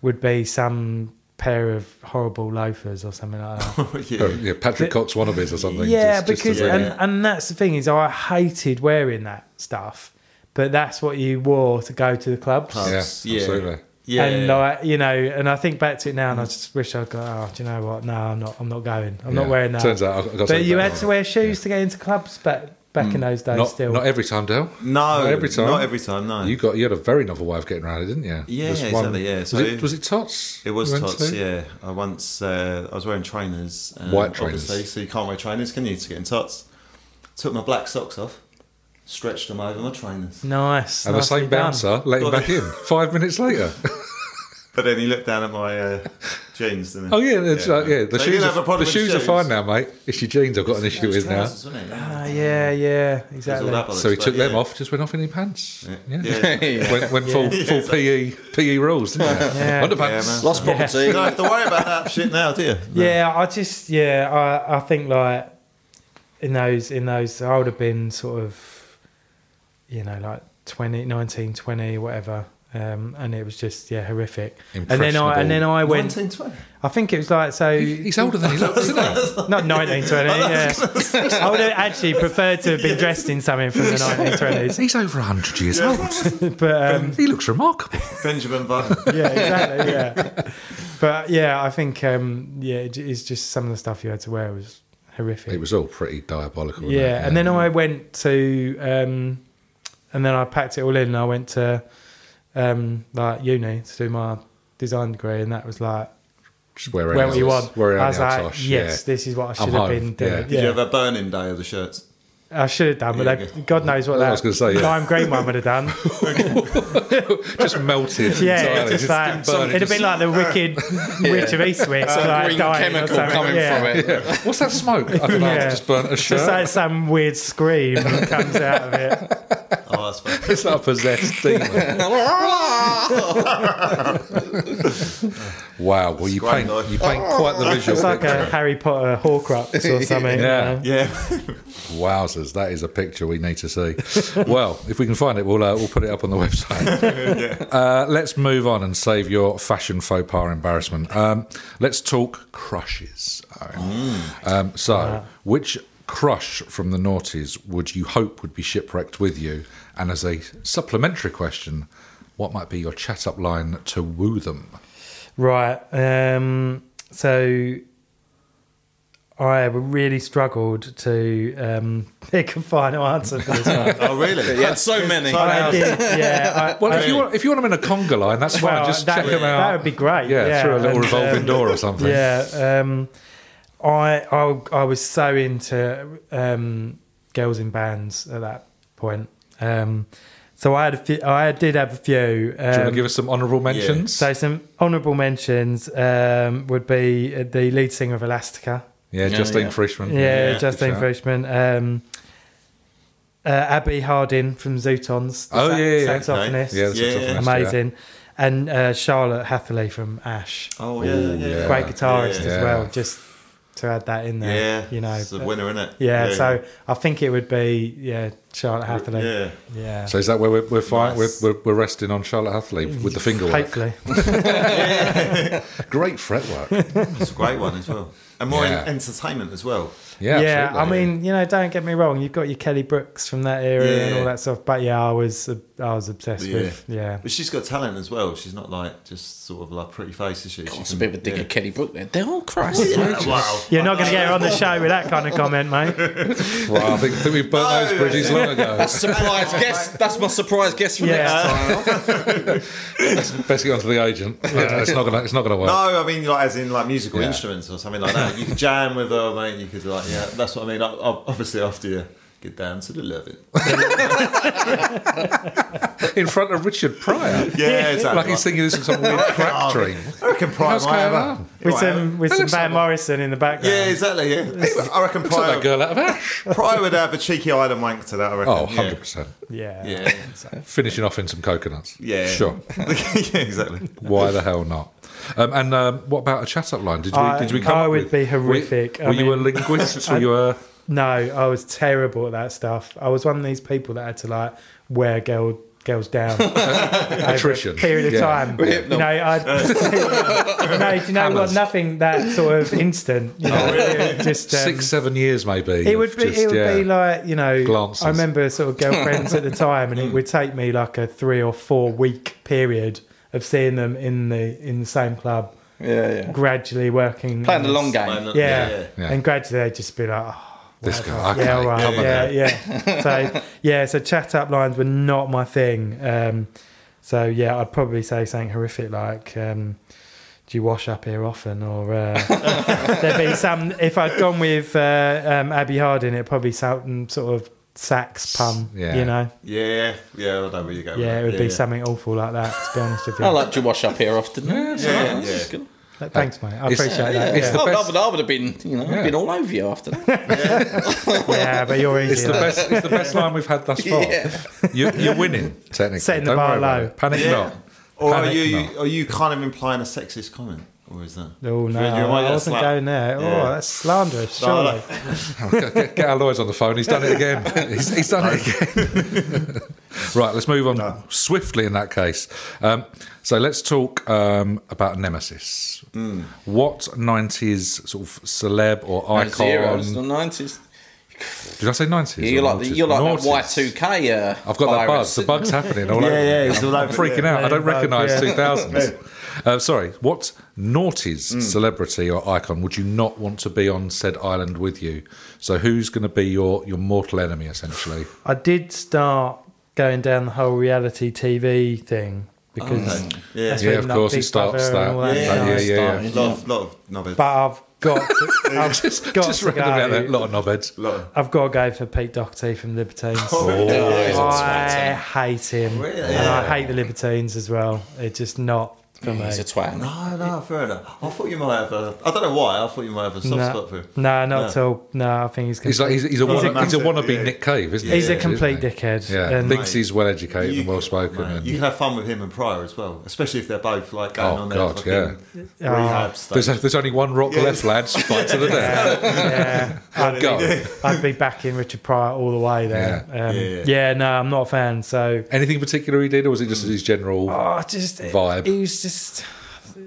Speaker 2: would be some pair of horrible loafers or something like
Speaker 1: [laughs]
Speaker 2: that.
Speaker 4: [laughs] yeah.
Speaker 1: Oh, yeah, Patrick Cox wannabes or something.
Speaker 2: Yeah,
Speaker 1: just- just to
Speaker 2: because um,
Speaker 1: really-
Speaker 2: and, and that's the thing is I hated wearing that stuff, but that's what you wore to go to the clubs.
Speaker 1: yeah,
Speaker 4: Yeah.
Speaker 1: absolutely.
Speaker 4: Yeah.
Speaker 2: And like you know, and I think back to it now, and I just wish I'd go. Oh, do you know what? No, I'm not. I'm not going. I'm not
Speaker 1: Yeah.
Speaker 2: wearing that.
Speaker 1: Turns out I've got
Speaker 2: but
Speaker 1: something
Speaker 2: you
Speaker 1: better
Speaker 2: had
Speaker 1: on.
Speaker 2: to wear shoes to get into clubs back back in those days.
Speaker 1: Mm. Not,
Speaker 2: still,
Speaker 1: not every time, Dale.
Speaker 4: No,
Speaker 1: Not every time.
Speaker 4: Not every time. No,
Speaker 1: You got you had a very novel way of getting around it, didn't you?
Speaker 4: Yeah,
Speaker 1: There's
Speaker 4: exactly, yeah. So
Speaker 1: was, it,
Speaker 4: it-
Speaker 1: was it Tots?
Speaker 4: It was
Speaker 1: you went
Speaker 4: tots,
Speaker 1: to?
Speaker 4: yeah. I once uh, I was wearing trainers, um,
Speaker 1: White trainers.
Speaker 4: obviously, so you can't wear trainers, can you? To get in tots, took my black socks off, stretched them over my trainers.
Speaker 2: nice.
Speaker 1: And the
Speaker 2: nicely
Speaker 1: same
Speaker 2: done.
Speaker 1: bouncer let him
Speaker 4: Got
Speaker 1: back in five minutes later.
Speaker 4: But then he looked down at my uh, jeans. Didn't
Speaker 1: [laughs]
Speaker 4: he?
Speaker 1: Oh yeah, it's like, yeah. The
Speaker 4: So he
Speaker 1: shoes,
Speaker 4: didn't have a
Speaker 1: are,
Speaker 4: problem
Speaker 1: the
Speaker 4: with
Speaker 1: shoes are
Speaker 4: shoes.
Speaker 1: fine now, mate. It's your jeans I've got an
Speaker 4: Yeah,
Speaker 1: issue
Speaker 4: it's
Speaker 1: with now.
Speaker 4: trousers, wasn't it?
Speaker 2: Ah, yeah, yeah,
Speaker 4: It was all
Speaker 2: exactly.
Speaker 4: that bollocks,
Speaker 1: So he
Speaker 4: but
Speaker 1: took them
Speaker 4: yeah.
Speaker 1: off, just went off in his pants. Yeah,
Speaker 4: Yeah.
Speaker 1: [laughs]
Speaker 3: Yeah.
Speaker 1: went, went full
Speaker 2: Yeah.
Speaker 1: full PE PE E rules, didn't he? [laughs]
Speaker 2: Yeah.
Speaker 1: Underpants.
Speaker 3: Lost property.
Speaker 4: you don't have to worry about that shit now, do you? No.
Speaker 2: Yeah, I just yeah, I I think like in those in those I would have been sort of you know like 20, 19, 20, whatever. um, and it was just yeah horrific. And then
Speaker 1: Impressionable.
Speaker 2: I and then I went.
Speaker 4: 1920.
Speaker 2: I think it was like so.
Speaker 1: He's older than he looks, isn't he?
Speaker 2: Not [laughs] 1920, yeah. I would have actually preferred to have been dressed in something from the
Speaker 4: [laughs]
Speaker 2: 1920s.
Speaker 1: He's over 100 years old.
Speaker 2: [laughs] But um,
Speaker 1: He looks remarkable.
Speaker 4: Benjamin Button.
Speaker 2: [laughs] yeah, exactly, yeah. But yeah, I think um, yeah, it- it's just some of the stuff you had to wear was horrific.
Speaker 1: It was all pretty diabolical. wasn't
Speaker 2: yeah,
Speaker 1: it?
Speaker 2: and then I went to, um, and then I packed it all in, and I went to um, like uni to do my design degree, and that was like
Speaker 1: Just wear
Speaker 2: where were you on?
Speaker 1: Wear
Speaker 2: I was like,
Speaker 1: tosh,
Speaker 2: yes,
Speaker 1: yeah.
Speaker 2: this is what I
Speaker 1: I'm
Speaker 2: should have
Speaker 1: home,
Speaker 2: been doing.
Speaker 1: yeah.
Speaker 2: Yeah.
Speaker 1: Did
Speaker 4: Did you have a burning day of the shirts?
Speaker 2: I should have done, but
Speaker 4: Yeah.
Speaker 2: they, God knows what
Speaker 1: I
Speaker 2: that
Speaker 1: was gonna say, yeah.
Speaker 2: lime green one would have
Speaker 1: [laughs]
Speaker 2: done.
Speaker 1: just [laughs] melted.
Speaker 2: Yeah,
Speaker 1: entirely,
Speaker 2: just like,
Speaker 1: burning,
Speaker 2: it'd have been
Speaker 1: just-
Speaker 2: like the wicked Witch of Eastwick, like
Speaker 3: green
Speaker 2: dying or
Speaker 3: chemical
Speaker 2: something.
Speaker 3: coming
Speaker 2: yeah.
Speaker 3: from it.
Speaker 1: [laughs] Yeah. What's that smoke? I don't know.
Speaker 2: Yeah.
Speaker 1: Just burnt a shirt.
Speaker 2: Just like some weird scream that comes out of it.
Speaker 4: Oh,
Speaker 2: [laughs]
Speaker 4: that's fine.
Speaker 1: it's like a possessed demon. [laughs]
Speaker 3: [laughs]
Speaker 1: wow. Well, you paint,
Speaker 4: Squangled.
Speaker 1: you paint quite the visual
Speaker 2: It's like a
Speaker 1: picture.
Speaker 2: Harry Potter Horcrux or something.
Speaker 1: Yeah.
Speaker 2: you know?
Speaker 4: Yeah.
Speaker 1: Wowzers, that is a picture we need to see. well, if we can find it, we'll uh, we'll put it up on the [laughs] website. uh, let's move on and save your fashion faux pas embarrassment. Um, let's talk crushes. Um, so, which crush from the noughties would you hope would be shipwrecked with you? And as a supplementary question, what might be your chat up line to woo them?
Speaker 2: Right. Um, so I really struggled to um, [laughs] pick a final answer for this one.
Speaker 4: [laughs] Oh, really?
Speaker 3: You had so many.
Speaker 4: Sorry.
Speaker 2: I did, yeah. I,
Speaker 1: Well,
Speaker 2: I-
Speaker 1: if you want, if you want them in a conga line, that's fine.
Speaker 2: well,
Speaker 1: Just
Speaker 2: that,
Speaker 1: check them out.
Speaker 2: That would be great.
Speaker 1: yeah, through a little
Speaker 2: and,
Speaker 1: revolving
Speaker 2: um,
Speaker 1: door or something.
Speaker 2: Yeah, um, I, I I was so into um, girls in bands at that point. Um, so I had a few, I did have a few. Um,
Speaker 1: Do you want to give us some honourable mentions?
Speaker 2: so some honourable mentions um, would be uh, the lead singer of Elastica.
Speaker 1: Yeah,
Speaker 3: Yeah,
Speaker 1: Justine
Speaker 3: yeah.
Speaker 1: Frischman.
Speaker 2: Yeah,
Speaker 4: Yeah,
Speaker 2: Justine
Speaker 1: good
Speaker 2: Frischman. Um, uh, Abby Hardin from Zootons. the
Speaker 1: Oh, yeah,
Speaker 2: sa-
Speaker 1: yeah, yeah. Yeah,
Speaker 2: saxophonist.
Speaker 1: that's
Speaker 4: Yeah,
Speaker 1: what's up
Speaker 4: yeah.
Speaker 1: next,
Speaker 2: Amazing. And uh, Charlotte Hatherley from Ash.
Speaker 4: Oh, yeah,
Speaker 1: Ooh,
Speaker 4: yeah.
Speaker 1: yeah.
Speaker 2: great guitarist
Speaker 1: Yeah.
Speaker 2: as well. Just to add that in
Speaker 4: Yeah.
Speaker 2: there, you know.
Speaker 4: It's a winner, isn't it?
Speaker 2: yeah, so I think it would be yeah Charlotte Hatherley. Yeah,
Speaker 4: Yeah.
Speaker 1: So is that where we're we're, fine,
Speaker 4: Nice.
Speaker 1: we're, we're we're resting on Charlotte Hathley with the finger work?
Speaker 2: hopefully.
Speaker 1: Great
Speaker 2: [laughs]
Speaker 1: fretwork.
Speaker 4: It's a great one as well. And more
Speaker 1: Yeah.
Speaker 4: in entertainment as well.
Speaker 1: Yeah,
Speaker 2: yeah, I
Speaker 1: absolutely.
Speaker 2: mean, you know, don't get me wrong. You've got your Kelly Brooks from that era and
Speaker 4: Yeah.
Speaker 2: all that stuff. But yeah, I was uh, I was obsessed
Speaker 4: Yeah.
Speaker 2: with yeah.
Speaker 4: But she's got talent as well. She's not like just sort of like pretty face, is she? She
Speaker 3: It's a
Speaker 4: can-
Speaker 3: bit of a dig
Speaker 4: yeah.
Speaker 3: at Kelly Brook there. They're all Christ.
Speaker 4: Yeah, Wow.
Speaker 2: You're not going to get her on the show with that kind of comment, mate.
Speaker 1: Well, I think, think we burnt
Speaker 4: No.
Speaker 1: those bridges long
Speaker 4: [laughs]
Speaker 1: ago.
Speaker 3: Surprise [laughs] guest. That's my surprise guest for
Speaker 2: Yeah,
Speaker 1: Best get onto the agent. It's not gonna. It's not gonna work.
Speaker 4: No, I mean like as in like musical
Speaker 1: Yeah.
Speaker 4: instruments or something like that. You could jam with her, mate. You could like yeah. That's what I mean. Ob- ob- Obviously, after you get down to the loving.
Speaker 1: In front of Richard Pryor.
Speaker 4: [laughs] Yeah, exactly.
Speaker 1: Like he's thinking this is some
Speaker 4: [laughs]
Speaker 1: weird crap dream.
Speaker 4: I reckon Pryor
Speaker 1: What's
Speaker 4: might have
Speaker 1: going on?
Speaker 4: a-
Speaker 2: with
Speaker 4: might have-
Speaker 2: some with some Van Morrison in the background.
Speaker 4: Yeah, exactly. Yeah, I reckon
Speaker 1: It's like that
Speaker 4: Pryor,
Speaker 1: girl out of Ash.
Speaker 4: Pryor would have a cheeky island wank to that. I reckon.
Speaker 1: Oh, 100%.
Speaker 2: yeah,
Speaker 4: Yeah. Yeah.
Speaker 1: Finishing off in some coconuts.
Speaker 4: [laughs] Yeah.
Speaker 1: Sure.
Speaker 4: yeah, [laughs] exactly.
Speaker 1: Why the hell not? Um, and um, what about a chat up line? Did we,
Speaker 2: I-
Speaker 1: did we come
Speaker 2: I
Speaker 1: up
Speaker 2: would
Speaker 1: with-
Speaker 2: be horrific.
Speaker 1: Were,
Speaker 2: I
Speaker 1: were you a
Speaker 2: mean- [laughs] um,
Speaker 1: linguist? were you a.
Speaker 2: No, I was terrible at that stuff. I was one of these people that had to like wear girl,
Speaker 1: [laughs]
Speaker 2: girls down over a
Speaker 1: Attrition.
Speaker 2: period of
Speaker 1: Yeah. Uh,
Speaker 2: time. You know, I [laughs] no, do you know what?
Speaker 1: Hammers. Oh,
Speaker 2: Nothing that sort of instant. You know, it would just um,
Speaker 1: six, seven years maybe.
Speaker 2: It would be.
Speaker 1: Just,
Speaker 2: it would
Speaker 1: yeah.
Speaker 2: be like you know.
Speaker 1: Glances. Mm.
Speaker 2: I remember sort of
Speaker 1: [laughs]
Speaker 2: girlfriends at the time, and it would take me like a three or four week period of seeing them in the in the same club,
Speaker 3: Yeah, yeah.
Speaker 2: gradually working
Speaker 3: Playing the
Speaker 4: Mine
Speaker 3: long game.
Speaker 4: look-
Speaker 2: Yeah.
Speaker 1: Yeah.
Speaker 2: and gradually they'd just be like. "Oh,
Speaker 1: This guy,
Speaker 2: whatever."
Speaker 1: okay,
Speaker 2: yeah, all right,
Speaker 1: come on
Speaker 2: yeah,
Speaker 1: then. [laughs]
Speaker 2: yeah. So, yeah, so chat up lines were not my thing. Um, so, yeah, I'd probably say something horrific like, um, "Do you wash up here often?"
Speaker 1: [laughs]
Speaker 2: Or uh, there'd be some. If I'd gone with uh, um, Abby Hardin, it'd probably something sort of sax pun.
Speaker 1: Yeah.
Speaker 2: You know,
Speaker 4: Yeah, yeah, I know where you go. with
Speaker 2: yeah,
Speaker 4: that.
Speaker 2: it would be something awful like that. To be honest with you,
Speaker 3: I like to wash up here often.
Speaker 4: yeah,
Speaker 3: Yeah,
Speaker 4: yeah.
Speaker 3: it's good.
Speaker 2: thanks, mate. I
Speaker 1: It's-
Speaker 2: appreciate that.
Speaker 1: it's
Speaker 2: yeah.
Speaker 1: the
Speaker 3: I, would- I
Speaker 1: best-
Speaker 3: would, I would have been, you know,
Speaker 1: Yeah.
Speaker 3: been all over you after that.
Speaker 2: Yeah, but you're easy.
Speaker 1: It's the
Speaker 2: like.
Speaker 1: best. It's the best line we've had thus
Speaker 2: [laughs]
Speaker 1: far.
Speaker 3: Yeah.
Speaker 1: You, you're winning technically.
Speaker 2: Setting the
Speaker 1: Don't
Speaker 2: bar
Speaker 1: worry about
Speaker 2: low.
Speaker 1: it. Panic
Speaker 4: Yeah.
Speaker 1: not.
Speaker 4: Or are
Speaker 1: Panic
Speaker 4: you
Speaker 1: not.
Speaker 4: are you kind of implying a sexist comment? Or is that?
Speaker 2: Oh no,
Speaker 4: Really, you might get
Speaker 2: I
Speaker 4: a
Speaker 2: wasn't
Speaker 4: slap.
Speaker 2: going there.
Speaker 4: Yeah.
Speaker 2: Oh, that's slanderous.
Speaker 4: No, I
Speaker 2: Surely.
Speaker 1: [laughs]
Speaker 4: like-
Speaker 1: get, get our lawyers on the phone. He's done it again. He's, he's done it again. [laughs] right, let's move on swiftly in that case. Um, so let's talk um, about Nemesis. What 90s sort of celeb or
Speaker 3: No,
Speaker 1: icon?
Speaker 3: zeros, the 90s.
Speaker 1: Did I say 90s?
Speaker 3: You're
Speaker 1: or
Speaker 3: like, the,
Speaker 1: 90s?
Speaker 3: you're like that
Speaker 1: Noughties.
Speaker 3: Y2K. Uh,
Speaker 1: I've got that buzz.
Speaker 3: virus.
Speaker 1: The bug's happening. All
Speaker 2: [laughs] Yeah,
Speaker 1: over.
Speaker 2: yeah, it's
Speaker 1: I'm,
Speaker 2: all
Speaker 1: I'm
Speaker 2: over
Speaker 1: freaking
Speaker 2: it.
Speaker 1: out. I
Speaker 2: Yeah,
Speaker 1: don't
Speaker 2: bug,
Speaker 1: recognise
Speaker 2: yeah.
Speaker 1: 2000s. Uh, sorry, what naughties
Speaker 2: Mm.
Speaker 1: celebrity or icon would you not want to be on said island with you? So who's going to be your, your mortal enemy, essentially?
Speaker 2: I did start going down the whole reality TV thing because
Speaker 4: Oh, Okay. Yeah.
Speaker 2: that's
Speaker 1: Yeah,
Speaker 2: when,
Speaker 1: of
Speaker 2: like,
Speaker 1: course,
Speaker 2: Big
Speaker 1: it starts
Speaker 2: Brother and all
Speaker 1: that.
Speaker 2: that
Speaker 1: Yeah,
Speaker 2: jazz.
Speaker 1: yeah, yeah.
Speaker 4: A lot of, lot of knobheads.
Speaker 2: But I've got to,
Speaker 1: [laughs]
Speaker 2: I've
Speaker 1: just
Speaker 2: got
Speaker 1: just
Speaker 2: to
Speaker 1: random out there.
Speaker 2: go.
Speaker 1: A lot of knobheads.
Speaker 4: lot of,
Speaker 2: I've got to go for Pete Doherty from Libertines.
Speaker 4: Oh,
Speaker 3: Yeah, he's a
Speaker 2: I
Speaker 3: twat.
Speaker 2: hate him,
Speaker 4: Really?
Speaker 2: and I hate the Libertines as well. It's just not for me.
Speaker 3: He's a twat.
Speaker 4: no, no, fair enough. I thought you might have a. I don't know why. I thought you might have a soft
Speaker 2: no,
Speaker 4: spot for him.
Speaker 2: no, not
Speaker 4: No.
Speaker 2: at all. No, I think he's
Speaker 1: He's like he's, he's a
Speaker 4: He's a
Speaker 1: wanna, he's a
Speaker 4: massive-
Speaker 1: wannabe
Speaker 4: yeah.
Speaker 1: Nick Cave, isn't he?
Speaker 2: He's a
Speaker 1: Isn't
Speaker 2: complete
Speaker 1: he?
Speaker 2: dickhead,
Speaker 1: Yeah,
Speaker 2: and- uh,
Speaker 1: thinks he's well educated and well spoken.
Speaker 4: mate,
Speaker 1: and-
Speaker 4: You can have fun with him and Pryor as well, especially if they're both like going
Speaker 1: Oh,
Speaker 4: on
Speaker 1: God,
Speaker 4: their fucking
Speaker 2: Ah.
Speaker 4: rehab
Speaker 1: There's,
Speaker 4: stuff.
Speaker 1: there's only one rock left, lads. Fight to the death.
Speaker 2: [laughs] yeah, I'd,
Speaker 1: Go.
Speaker 2: I'd be backing Richard Pryor all the way there. Yeah, um,
Speaker 4: Yeah,
Speaker 2: yeah,
Speaker 4: yeah.
Speaker 2: no, I'm not a fan. So
Speaker 1: Anything in particular he did, or was it just his general?
Speaker 2: oh, just
Speaker 1: Vibe. Mm.
Speaker 2: He was just.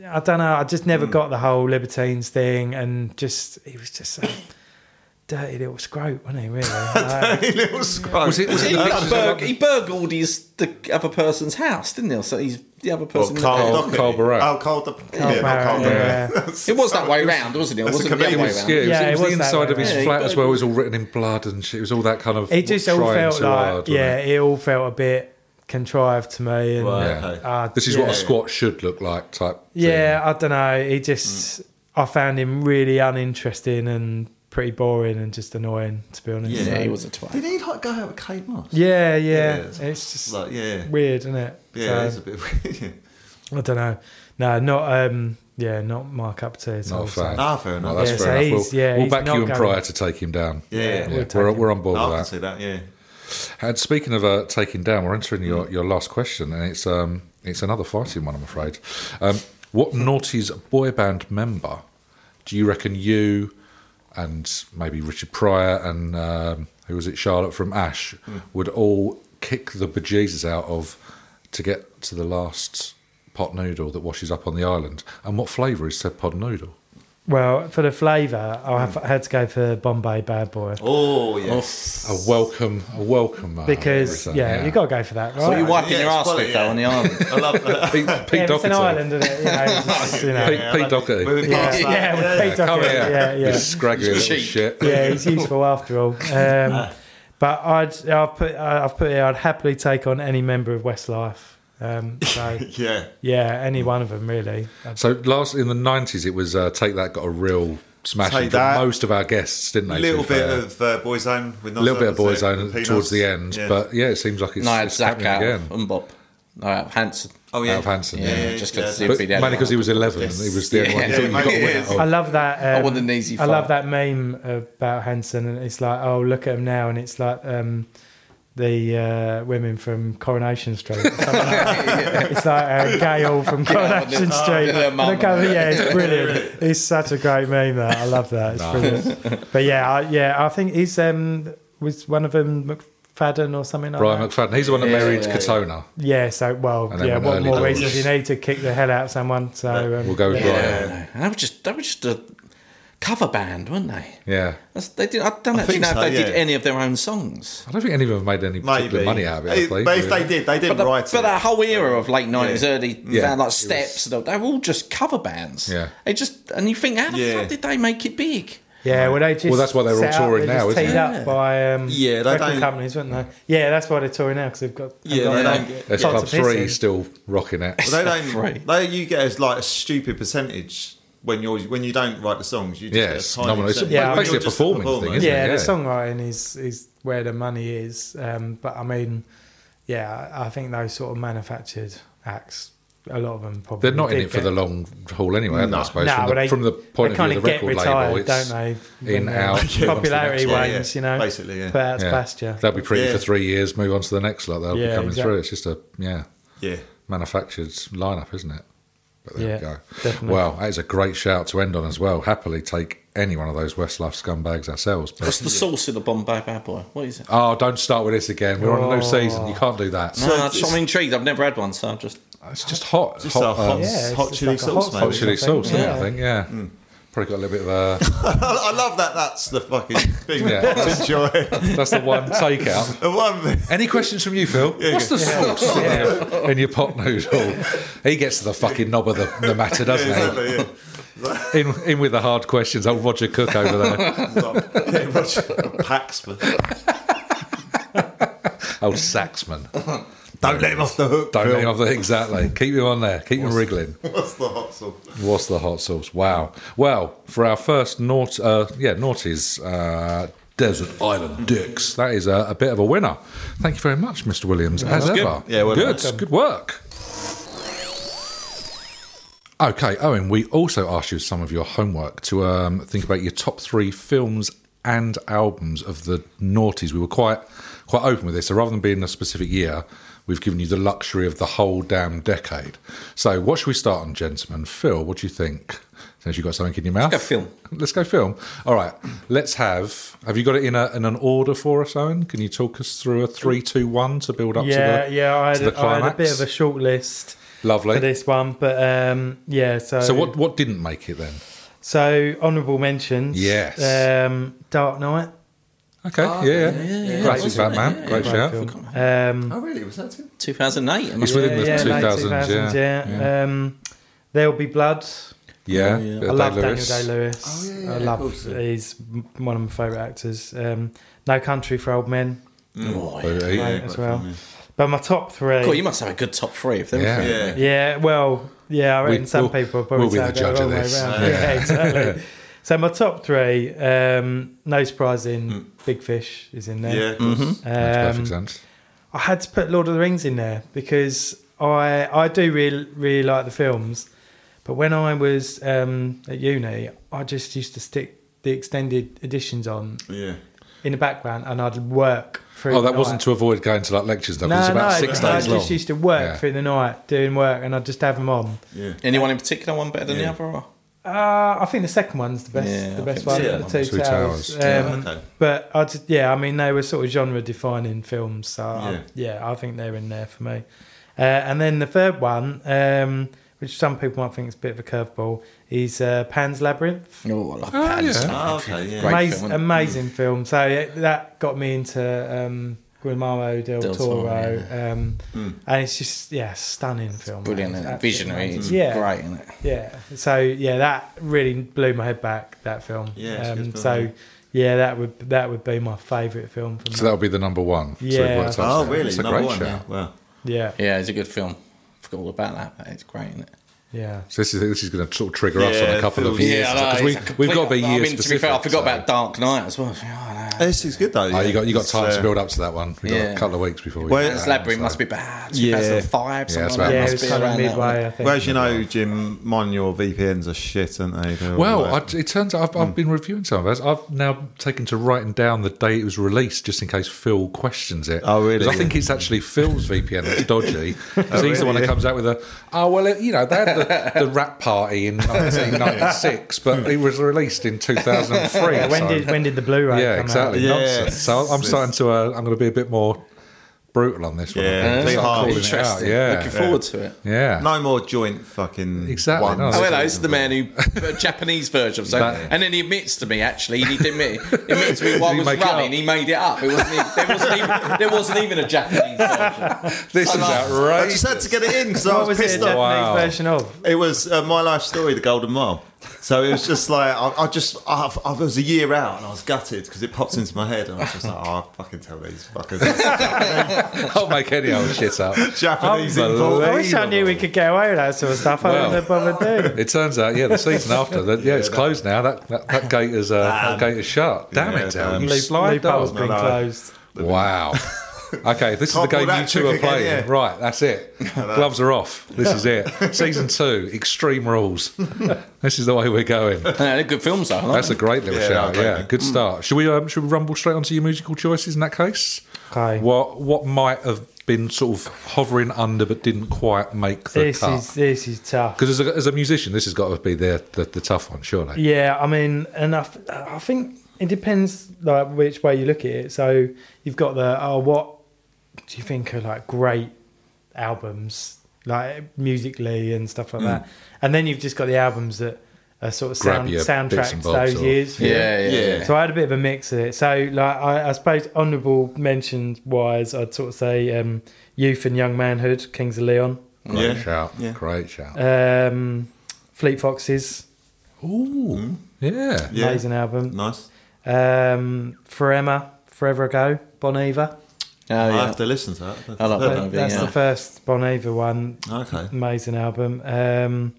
Speaker 2: I don't know. I just never got the whole libertines thing, and just he was just a dirty little scrote, wasn't
Speaker 1: [laughs]
Speaker 2: he? Really? Like,
Speaker 4: little scroll.
Speaker 1: Was it? Was it?
Speaker 3: He,
Speaker 1: literally-
Speaker 3: like, burg- Uh, he burgled his the other person's house, didn't he? So he's the other person.
Speaker 1: Carl-
Speaker 3: that-
Speaker 1: Doherty. Carl Barrett.
Speaker 4: Oh, Carl the.
Speaker 2: oh,
Speaker 4: yeah, not Carl
Speaker 2: Barrett,
Speaker 4: Barrett.
Speaker 1: [laughs]
Speaker 2: yeah.
Speaker 3: it was that way round, wasn't it? It wasn't the
Speaker 1: It
Speaker 3: other way
Speaker 1: was, yeah,
Speaker 3: round.
Speaker 1: it was,
Speaker 2: Yeah,
Speaker 1: it
Speaker 2: it
Speaker 1: was
Speaker 2: was
Speaker 1: the
Speaker 2: that
Speaker 1: inside
Speaker 2: way
Speaker 1: of his
Speaker 3: around. Yeah,
Speaker 1: flat
Speaker 3: he
Speaker 1: as well. It was all written in blood and shit. It was all that kind of.
Speaker 2: It just all
Speaker 1: trying
Speaker 2: felt
Speaker 1: too
Speaker 2: like
Speaker 1: hard, wasn't
Speaker 2: yeah,
Speaker 1: it?
Speaker 2: it all felt a bit contrived to me, and
Speaker 4: Right,
Speaker 1: Yeah.
Speaker 4: okay.
Speaker 2: uh,
Speaker 1: This is
Speaker 2: yeah.
Speaker 1: what a squat should look like, type.
Speaker 2: Yeah, I don't know. He
Speaker 1: Mm.
Speaker 2: just, I found him really uninteresting and pretty boring and just annoying, to be honest.
Speaker 4: Yeah.
Speaker 3: Yeah,
Speaker 2: So-
Speaker 3: he was a twat.
Speaker 4: Did he like go out with Kate Moss?
Speaker 2: yeah, yeah.
Speaker 4: Yeah, it's-
Speaker 2: It's just
Speaker 4: Like, yeah.
Speaker 2: weird, isn't it?
Speaker 4: Yeah, it's
Speaker 2: So,
Speaker 4: a bit [laughs] weird. yeah.
Speaker 2: I don't know. No, not um, yeah, not Mark up to.
Speaker 1: Not a fan.
Speaker 4: Ah,
Speaker 1: Well,
Speaker 4: fair enough.
Speaker 1: that's
Speaker 2: Yeah, so
Speaker 1: fair enough.
Speaker 2: he's-
Speaker 1: We'll,
Speaker 2: yeah,
Speaker 1: we'll
Speaker 2: he's
Speaker 1: back
Speaker 2: not
Speaker 1: you and
Speaker 2: going-
Speaker 1: Pryor to take him down.
Speaker 4: Yeah, yeah.
Speaker 1: Yeah,
Speaker 2: We'll take
Speaker 1: we're,
Speaker 2: him.
Speaker 1: we're on board
Speaker 4: I
Speaker 1: with
Speaker 4: can
Speaker 1: that.
Speaker 4: see that, yeah.
Speaker 1: And speaking of uh, taking down, we're entering your,
Speaker 2: Mm.
Speaker 1: your last question, and it's um it's another fighting one, I'm afraid. Um, what Naughty's boy band member do you reckon you and maybe Richard Pryor and um, who was it, Charlotte from Ash,
Speaker 2: Mm.
Speaker 1: would all kick the bejesus out of to get to the last pot noodle that washes up on the island? And what flavour is said pot noodle?
Speaker 2: Well, for the flavour, I
Speaker 1: Hmm.
Speaker 2: have- I had to go for Bombay Bad Boy
Speaker 4: Oh, yes.
Speaker 1: A welcome, a welcome. uh,
Speaker 2: because
Speaker 1: return,
Speaker 2: yeah, you got to go for that, right?
Speaker 3: So you're wiping
Speaker 4: Yeah,
Speaker 3: your
Speaker 4: it's
Speaker 3: ass
Speaker 4: quality,
Speaker 3: with though
Speaker 4: yeah.
Speaker 3: on the island.
Speaker 4: I love that.
Speaker 1: Pete, Pete
Speaker 2: yeah, it's an
Speaker 1: Doherty.
Speaker 2: island, isn't it? You know,
Speaker 1: [laughs]
Speaker 2: it's just, you know.
Speaker 1: Pete, Pete Doherty.
Speaker 4: Moving
Speaker 2: Yeah,
Speaker 4: past that.
Speaker 2: yeah, with Pete
Speaker 1: Uh, Come
Speaker 2: Doherty,
Speaker 1: here,
Speaker 2: yeah,
Speaker 1: you
Speaker 2: yeah.
Speaker 1: [laughs] scraggly little
Speaker 3: Cheek.
Speaker 1: shit.
Speaker 2: yeah, he's useful
Speaker 1: [laughs]
Speaker 2: after all. Um, but I'd, I've put, I've put here, I'd happily take on any member of Westlife. Um,
Speaker 1: [laughs]
Speaker 2: so
Speaker 4: Yeah.
Speaker 2: yeah, any one of them really.
Speaker 1: So last in the nineties, it was uh, Take That got a real smash
Speaker 4: Take
Speaker 1: into
Speaker 4: That.
Speaker 1: most of our guests, didn't
Speaker 4: A
Speaker 1: they? to
Speaker 4: little
Speaker 1: be
Speaker 4: bit
Speaker 1: fair?
Speaker 4: of uh, Boyzone with
Speaker 1: a little bit of
Speaker 4: Nuzzles, uh,
Speaker 1: Boyzone
Speaker 4: Peanuts.
Speaker 1: towards the end,
Speaker 4: Yeah.
Speaker 1: but yeah, it seems like it's,
Speaker 3: No, I had
Speaker 1: it's
Speaker 3: Zach
Speaker 1: happening
Speaker 3: out
Speaker 1: again.
Speaker 3: and Bob. No, I had Hanson.
Speaker 4: oh yeah,
Speaker 1: Out of Hanson,
Speaker 3: Yeah,
Speaker 1: yeah.
Speaker 4: yeah,
Speaker 3: just
Speaker 4: yeah.
Speaker 3: because
Speaker 1: But mainly because he was eleven, and he was the only
Speaker 3: Yeah.
Speaker 1: one who thought you
Speaker 4: Yeah,
Speaker 1: got Oh, one
Speaker 4: yeah.
Speaker 1: out.
Speaker 2: I love that. Um,
Speaker 3: I want an easy
Speaker 2: I love
Speaker 3: fight.
Speaker 2: that meme about Hanson, and it's like, oh, look at him now, and it's like um, the uh, women from Coronation Street.
Speaker 3: [laughs]
Speaker 2: or something like that. It's like uh, Gail from
Speaker 3: Yeah,
Speaker 2: Coronation
Speaker 3: oh,
Speaker 2: Street.
Speaker 3: yeah,
Speaker 2: And I go,
Speaker 3: mum.
Speaker 2: yeah,
Speaker 3: [laughs]
Speaker 2: it's brilliant. It's such a great meme. That I love that. It's brilliant. But yeah, I, yeah, I think he's um, was one of them McFadden or something like
Speaker 1: Brian
Speaker 2: that.
Speaker 1: McFadden, he's the one that
Speaker 3: Yeah,
Speaker 1: married
Speaker 3: yeah,
Speaker 1: Katona.
Speaker 2: yeah, so well,
Speaker 1: And then
Speaker 2: yeah.
Speaker 1: went
Speaker 2: What
Speaker 1: early
Speaker 2: more
Speaker 1: doors.
Speaker 2: reason do you need to kick the hell out of someone? So um,
Speaker 1: We'll go with
Speaker 3: Yeah,
Speaker 1: Brian.
Speaker 3: I know. And they were just they were just a cover band, weren't they?
Speaker 1: Yeah,
Speaker 3: That's, they did, I don't
Speaker 4: I
Speaker 3: actually
Speaker 4: think
Speaker 3: know if
Speaker 4: so,
Speaker 3: they did
Speaker 4: yeah.
Speaker 3: any of their own songs.
Speaker 1: I don't think any of them have made any particular
Speaker 4: maybe
Speaker 1: money out of it.
Speaker 4: They-
Speaker 1: have they,
Speaker 4: but if
Speaker 1: really?
Speaker 4: they did, they
Speaker 3: But,
Speaker 4: didn't
Speaker 3: the,
Speaker 4: write
Speaker 3: but
Speaker 4: it.
Speaker 3: that whole era of late nineties,
Speaker 4: Yeah.
Speaker 3: early
Speaker 1: Yeah.
Speaker 3: yeah. like
Speaker 1: It
Speaker 3: steps, they they were all just cover bands.
Speaker 1: Yeah.
Speaker 3: they just and you think, how the
Speaker 4: Yeah.
Speaker 3: fuck did they make it big?
Speaker 2: Yeah, well, they just
Speaker 1: Well, that's why they're all
Speaker 2: set up-
Speaker 1: touring
Speaker 2: they're
Speaker 1: now,
Speaker 2: just
Speaker 1: isn't
Speaker 2: teed
Speaker 1: it?
Speaker 2: up by um,
Speaker 4: Yeah, they
Speaker 2: record
Speaker 4: don't-
Speaker 2: companies, weren't they? Yeah, that's why they're touring now because they've got they've
Speaker 4: Yeah,
Speaker 2: got
Speaker 4: they
Speaker 2: their
Speaker 4: don't get-
Speaker 1: There's
Speaker 2: pots
Speaker 1: Club
Speaker 2: of piss
Speaker 1: Three
Speaker 2: in.
Speaker 1: still rocking it.
Speaker 4: They
Speaker 3: [laughs] Free.
Speaker 4: don't. They, you get as like a stupid percentage when you're when you don't write the songs. You just
Speaker 1: Yeah,
Speaker 4: get
Speaker 1: it's
Speaker 4: a tiny
Speaker 1: nominal. It's
Speaker 4: percentage.
Speaker 2: a-
Speaker 4: When
Speaker 1: basically
Speaker 4: you're
Speaker 1: a
Speaker 4: just
Speaker 1: performing
Speaker 4: performer.
Speaker 1: thing, isn't it?
Speaker 2: Yeah,
Speaker 1: Yeah.
Speaker 2: the songwriting is is where the money is. Um, but I mean, yeah, I think those sort of manufactured acts, a lot of them probably
Speaker 1: They're not in
Speaker 2: did
Speaker 1: it for
Speaker 2: get-
Speaker 1: the long haul anyway, no. I suppose.
Speaker 2: No,
Speaker 1: from, the,
Speaker 2: but they,
Speaker 1: from the point of
Speaker 2: they
Speaker 1: view of the
Speaker 2: kinda
Speaker 1: record
Speaker 2: get
Speaker 1: label,
Speaker 2: retired,
Speaker 1: it's
Speaker 2: don't they?
Speaker 1: in,
Speaker 2: when their
Speaker 1: out, yeah, once the
Speaker 2: [laughs]
Speaker 1: next
Speaker 2: popularity
Speaker 1: one.
Speaker 4: Yeah,
Speaker 2: wanes,
Speaker 4: yeah.
Speaker 2: you know.
Speaker 4: Basically, yeah.
Speaker 2: Put out to
Speaker 1: yeah.
Speaker 2: pasture.
Speaker 1: They'll be pretty
Speaker 4: Yeah.
Speaker 1: for three years, move on to the next lot. They'll
Speaker 2: Yeah,
Speaker 1: be coming
Speaker 2: exactly.
Speaker 1: through. It's just a yeah
Speaker 4: Yeah.
Speaker 1: manufactured lineup, isn't it? There
Speaker 2: Yeah,
Speaker 1: we go.
Speaker 2: definitely.
Speaker 1: Well, that is a great shout to end on as well. Happily take any one of those Westlife scumbags ourselves. But,
Speaker 3: What's the sauce in the Bombay Bad Boy? What is it?
Speaker 1: oh, don't start with this again. We're on a new
Speaker 2: Oh.
Speaker 1: season. You can't do that.
Speaker 3: No, I just- I'm intrigued. I've never had one, so I'm just.
Speaker 1: It's just hot.
Speaker 4: Just
Speaker 1: hot,
Speaker 4: a hot,
Speaker 1: um,
Speaker 2: Yeah, it's
Speaker 4: hot
Speaker 2: just
Speaker 4: chili
Speaker 2: like a
Speaker 4: sauce,
Speaker 2: hot
Speaker 1: hot
Speaker 4: maybe.
Speaker 1: chili sauce, isn't it,
Speaker 2: Yeah.
Speaker 1: I think. Yeah.
Speaker 4: Mm.
Speaker 1: Probably got a little bit of a.
Speaker 4: I love that. That's the
Speaker 1: [laughs]
Speaker 4: fucking thing
Speaker 1: Yeah.
Speaker 4: to enjoy. [laughs]
Speaker 1: That's the one takeout.
Speaker 4: The one thing.
Speaker 1: Any questions from you, Phil? What's the sauce in your- in your pot noodle? He gets to the fucking knob of the, the matter, doesn't he?
Speaker 4: Exactly, yeah.
Speaker 1: In, in with the hard questions. Old Roger Cook over there.
Speaker 4: Yeah, much- Pax, but
Speaker 1: Old Saxman.
Speaker 4: don't let him off the hook.
Speaker 1: Don't
Speaker 4: Phil.
Speaker 1: let him off the exactly. Keep him on there. Keep him wriggling.
Speaker 4: [laughs] What's the hot sauce?
Speaker 1: What's the hot sauce? Wow. Well, for our first naught, uh, yeah, naughties, uh, Desert Island Dicks. That is a, a bit of a winner. Thank you very much, Mr. Williams, as
Speaker 4: good.
Speaker 1: ever.
Speaker 4: Yeah, well
Speaker 1: good.
Speaker 4: done.
Speaker 1: Good work. Okay, Owen. We also asked you as some of your homework to um, think about your top three films and albums of the noughties. We were quite quite open with this, so rather than being a specific year, we've given you the luxury of the whole damn decade. So, what should we start on, gentlemen? Phil, what do you think? Since you've got something in your mouth,
Speaker 3: Let's go film.
Speaker 1: [laughs] Let's go film. All right, let's have. Have you got it in, a, in an order for us, Owen? Can you talk us through a three, two, one to build up?
Speaker 2: yeah,
Speaker 1: to the,
Speaker 2: yeah. I had,
Speaker 1: to the
Speaker 2: a- I had a
Speaker 1: climax?
Speaker 2: bit of a short list
Speaker 1: Lovely.
Speaker 2: for this one, but um, yeah. So,
Speaker 1: So, what what didn't make it then?
Speaker 2: So honourable mentions.
Speaker 1: Yes.
Speaker 2: Um, Dark Knight.
Speaker 1: Okay,
Speaker 3: Uh,
Speaker 1: yeah, yeah. Great
Speaker 3: wasn't
Speaker 1: shout,
Speaker 3: it?
Speaker 1: man.
Speaker 3: Yeah,
Speaker 1: Great
Speaker 2: Great
Speaker 1: shout.
Speaker 2: film. Um,
Speaker 4: Oh, really? Was that it?
Speaker 3: 2008. am I
Speaker 1: It's within the
Speaker 2: yeah, yeah, late
Speaker 1: 2000s, yeah.
Speaker 2: 2000s, yeah. Um, There'll be blood.
Speaker 1: Yeah,
Speaker 3: Yeah.
Speaker 1: bit
Speaker 2: I
Speaker 1: of
Speaker 2: love
Speaker 1: Day-Lewis.
Speaker 2: Daniel Day Lewis.
Speaker 4: Oh, yeah, yeah,
Speaker 2: I
Speaker 4: of
Speaker 2: love.
Speaker 4: course, yeah.
Speaker 2: He's m- one of my favourite actors. Um, no Country for Old Men.
Speaker 3: Oh, yeah.
Speaker 1: But he-
Speaker 2: Right, as well. But my top three.
Speaker 3: Cool, you must have a good top three of them.
Speaker 1: Yeah.
Speaker 4: Yeah.
Speaker 2: Yeah, well, yeah, I
Speaker 1: We-
Speaker 2: reckon some
Speaker 1: we'll-
Speaker 2: people will probably
Speaker 1: we'll be
Speaker 2: say
Speaker 1: the
Speaker 2: I
Speaker 1: judge
Speaker 2: go
Speaker 1: of
Speaker 2: wrong way
Speaker 1: this.
Speaker 2: round.
Speaker 4: Yeah.
Speaker 1: [laughs]
Speaker 2: Yeah, exactly. so my top three, um, no surprise in Big Fish is in
Speaker 4: Yeah.
Speaker 2: there.
Speaker 4: of
Speaker 3: Mm-hmm.
Speaker 4: course.
Speaker 1: Makes
Speaker 2: Um,
Speaker 1: Mm. perfect sense.
Speaker 2: I had to put Lord of the Rings in there because I I do really really like the films, but when I was um, at uni, I just used to stick the extended editions on
Speaker 4: Yeah.
Speaker 2: in the background, and I'd work through.
Speaker 1: Oh,
Speaker 2: the
Speaker 1: that wasn't
Speaker 2: night.
Speaker 1: to avoid going to like lectures though. 'cause
Speaker 2: No,
Speaker 1: it's about
Speaker 2: no,
Speaker 1: six
Speaker 2: I
Speaker 1: days
Speaker 2: just
Speaker 1: long.
Speaker 2: used to work
Speaker 1: Yeah.
Speaker 2: through the night doing work, and I'd just have them on.
Speaker 4: Yeah.
Speaker 3: Anyone in particular, one better than
Speaker 4: Yeah.
Speaker 3: the other? Or?
Speaker 2: Uh, I think the second one's the best,
Speaker 3: Yeah,
Speaker 2: the
Speaker 3: I
Speaker 2: best
Speaker 3: think
Speaker 2: one,
Speaker 4: so.
Speaker 2: the two,
Speaker 1: Two
Speaker 2: towers.
Speaker 1: Towers.
Speaker 2: Um,
Speaker 4: Yeah, okay.
Speaker 2: But I just, yeah, I mean they were sort of genre-defining films, so I-
Speaker 4: Yeah.
Speaker 2: yeah, I think they're in there for me. Uh, and then the third one, um, which some people might think is a bit of a curveball, is uh, Pan's Labyrinth.
Speaker 3: Oh, I love
Speaker 1: Oh,
Speaker 3: Pan's.
Speaker 1: yeah.
Speaker 4: Oh, okay. Yeah.
Speaker 3: Great
Speaker 2: Amaz-
Speaker 3: film, isn't it?
Speaker 2: amazing film. So yeah, that got me into um, Guillermo del,
Speaker 3: Del Toro, Hmm.
Speaker 2: Toro, um, and it's just yeah, stunning film.
Speaker 3: Brilliant,
Speaker 2: man.
Speaker 3: isn't
Speaker 2: It's
Speaker 3: it?
Speaker 2: absolutely
Speaker 3: visionary.
Speaker 2: amazing.
Speaker 3: It's
Speaker 2: Yeah.
Speaker 3: great, isn't it?
Speaker 2: Yeah. So yeah, that really blew my head back. That film. Um,
Speaker 4: Yeah, it's a good film, yeah.
Speaker 2: So yeah, that would that would be my favourite film from.
Speaker 1: So that would be the number one. So we've
Speaker 2: Yeah.
Speaker 1: worked out
Speaker 4: Oh,
Speaker 1: that.
Speaker 4: really?
Speaker 1: It's a
Speaker 4: Number
Speaker 1: great
Speaker 4: one.
Speaker 1: shout.
Speaker 4: Yeah. Wow.
Speaker 2: yeah,
Speaker 3: Yeah, it's a good film. Forgot all about that, but it's great, isn't it?
Speaker 2: yeah.
Speaker 1: So this is this is going to sort of trigger us on
Speaker 4: Yeah,
Speaker 1: a couple of
Speaker 4: Phil's-
Speaker 1: years
Speaker 4: Yeah,
Speaker 1: because
Speaker 3: it's a
Speaker 1: we we've got to be year
Speaker 3: complete- I mean, to be
Speaker 1: specific.
Speaker 3: fair, I forgot
Speaker 1: so-
Speaker 3: about Dark Knight as well. Oh, no.
Speaker 4: This is good though.
Speaker 1: Oh, you got you got
Speaker 4: It's,
Speaker 1: time
Speaker 4: uh,
Speaker 1: to build up to that one. We got
Speaker 3: Yeah.
Speaker 1: a couple of weeks before. we
Speaker 4: Well,
Speaker 1: get
Speaker 4: it's
Speaker 3: Pan's
Speaker 1: that,
Speaker 3: Labyrinth
Speaker 1: so-
Speaker 3: must be bad.
Speaker 4: Yeah.
Speaker 3: 2005,
Speaker 1: Yeah, that's
Speaker 3: something
Speaker 1: about-
Speaker 2: Yeah,
Speaker 3: like that.
Speaker 2: it
Speaker 1: must
Speaker 2: was
Speaker 1: be
Speaker 2: kind of
Speaker 3: around that,
Speaker 2: midway,
Speaker 3: wasn't
Speaker 2: I
Speaker 3: it?
Speaker 2: think.
Speaker 4: Whereas you know, Jim, mine your VPNs are shit, aren't they? They're all
Speaker 1: Well,
Speaker 4: like-
Speaker 1: I, it turns out I've,
Speaker 4: Hmm.
Speaker 1: I've been reviewing some of those. I've now taken to writing down the day it was released, just in case Phil questions it.
Speaker 4: Oh, really?
Speaker 1: 'Cause I think it's actually Phil's VPN that's dodgy. 'Cause he's the
Speaker 4: really?
Speaker 1: one that comes out with a, oh well, it, you know, they had the, the rap party in 1996, but it was released in 2003.
Speaker 2: Yeah, when
Speaker 1: so-
Speaker 2: did when did the Blu-ray
Speaker 1: yeah,
Speaker 2: come
Speaker 1: exactly.
Speaker 2: out?
Speaker 4: Yeah.
Speaker 1: Nonsense. So I'm starting to. Uh, I'm going to be a bit more brutal on this one. I
Speaker 4: Yeah.
Speaker 1: think.
Speaker 4: Uh,
Speaker 1: Start
Speaker 4: hard.
Speaker 1: calling it out,
Speaker 3: Interesting.
Speaker 1: Yeah.
Speaker 3: Looking forward to it.
Speaker 1: yeah.
Speaker 4: no more joint fucking.
Speaker 1: Exactly,
Speaker 4: ones.
Speaker 1: no.
Speaker 3: Oh, hello, this is the man who a Japanese version of something.
Speaker 1: That-
Speaker 3: And then he admits to me, actually, he admit, he admits to me while
Speaker 1: Did
Speaker 3: I
Speaker 1: he
Speaker 3: was
Speaker 1: make it
Speaker 3: running,
Speaker 1: up?
Speaker 3: he made it up. It wasn't even, there, wasn't even, there wasn't even a Japanese version.
Speaker 1: This is
Speaker 4: I
Speaker 1: outrageous.
Speaker 4: just had to get it in because I
Speaker 2: What
Speaker 4: was,
Speaker 2: was it? A
Speaker 4: pissed
Speaker 2: Japanese
Speaker 1: Wow.
Speaker 4: off.
Speaker 2: version of?
Speaker 4: It was uh, my life story, The Golden Mile. So it was just like I, I just I, I was a year out and I was gutted because it popped into my head and I was just like, oh, I'll fucking tell these
Speaker 1: [laughs]
Speaker 4: fuckers
Speaker 1: I'll make any old shit up.
Speaker 4: Japanese
Speaker 1: Unbelievable.
Speaker 4: import.
Speaker 2: I wish I knew we could get away with that sort of stuff. I
Speaker 1: Well.
Speaker 2: wouldn't have bothered
Speaker 4: [laughs]
Speaker 2: doing.
Speaker 1: It turns out, yeah, the season after, that, yeah, it's
Speaker 4: Yeah,
Speaker 1: closed now. That that, that gate is uh, that gate is shut. Damn
Speaker 4: Yeah,
Speaker 1: it, Dale,
Speaker 4: damn.
Speaker 1: you
Speaker 4: Leap-
Speaker 1: slide
Speaker 2: Loophole's
Speaker 1: down.
Speaker 2: been
Speaker 4: No, no.
Speaker 2: closed.
Speaker 4: [laughs]
Speaker 1: Wow. Okay, this is the
Speaker 4: Can't
Speaker 1: game
Speaker 4: pull
Speaker 1: you
Speaker 4: that
Speaker 1: two
Speaker 4: trick
Speaker 1: are
Speaker 4: again,
Speaker 1: playing.
Speaker 4: [laughs] yeah.
Speaker 1: Right, that's it. Gloves are off. This is
Speaker 4: [laughs]
Speaker 1: it. Season two, extreme rules. this is the way we're going.
Speaker 3: No, they're good films, though. aren't
Speaker 1: That's a great little
Speaker 4: Yeah,
Speaker 1: shout.
Speaker 4: no,
Speaker 1: yeah,
Speaker 4: totally.
Speaker 1: good start. Should we um, should we rumble straight onto your musical choices in that case?
Speaker 2: Okay.
Speaker 1: What what might have been sort of hovering under but didn't quite make the
Speaker 2: This
Speaker 1: cut?
Speaker 2: is this is tough.
Speaker 1: Because as a, as a musician, this has got to be the, the, the tough one, surely.
Speaker 2: Yeah, I mean, and I, th- I think it depends like which way you look at it. So you've got the oh, what do you think are like great albums, like musically and stuff
Speaker 1: Hmm.
Speaker 2: like that, and then you've just got the albums that are sort of
Speaker 1: Grab
Speaker 2: sound,
Speaker 1: your bits
Speaker 2: soundtracks
Speaker 1: and
Speaker 2: to
Speaker 1: bobs
Speaker 2: those
Speaker 1: or-
Speaker 2: years.
Speaker 3: Yeah, yeah.
Speaker 4: Yeah.
Speaker 3: yeah.
Speaker 2: So I had a bit of a mix of it. So like I, I suppose honourable mentions wise, I'd sort of say um, Youth and Young Manhood, Kings of Leon,
Speaker 1: Great
Speaker 4: Yeah.
Speaker 1: shout.
Speaker 4: Yeah.
Speaker 1: Great shout.
Speaker 2: um, Fleet Foxes,
Speaker 1: Ooh.
Speaker 4: Hmm?
Speaker 1: Yeah.
Speaker 4: Yeah.
Speaker 2: amazing album.
Speaker 4: Nice.
Speaker 2: Um, for Emma, forever ago, Bon Iver.
Speaker 3: Oh,
Speaker 4: I
Speaker 3: yeah.
Speaker 4: have to listen to that.
Speaker 3: I
Speaker 2: That-
Speaker 3: like Bon Iver,
Speaker 2: that's
Speaker 3: yeah.
Speaker 2: the first Bon Iver one.
Speaker 4: Okay.
Speaker 2: Amazing album. Um,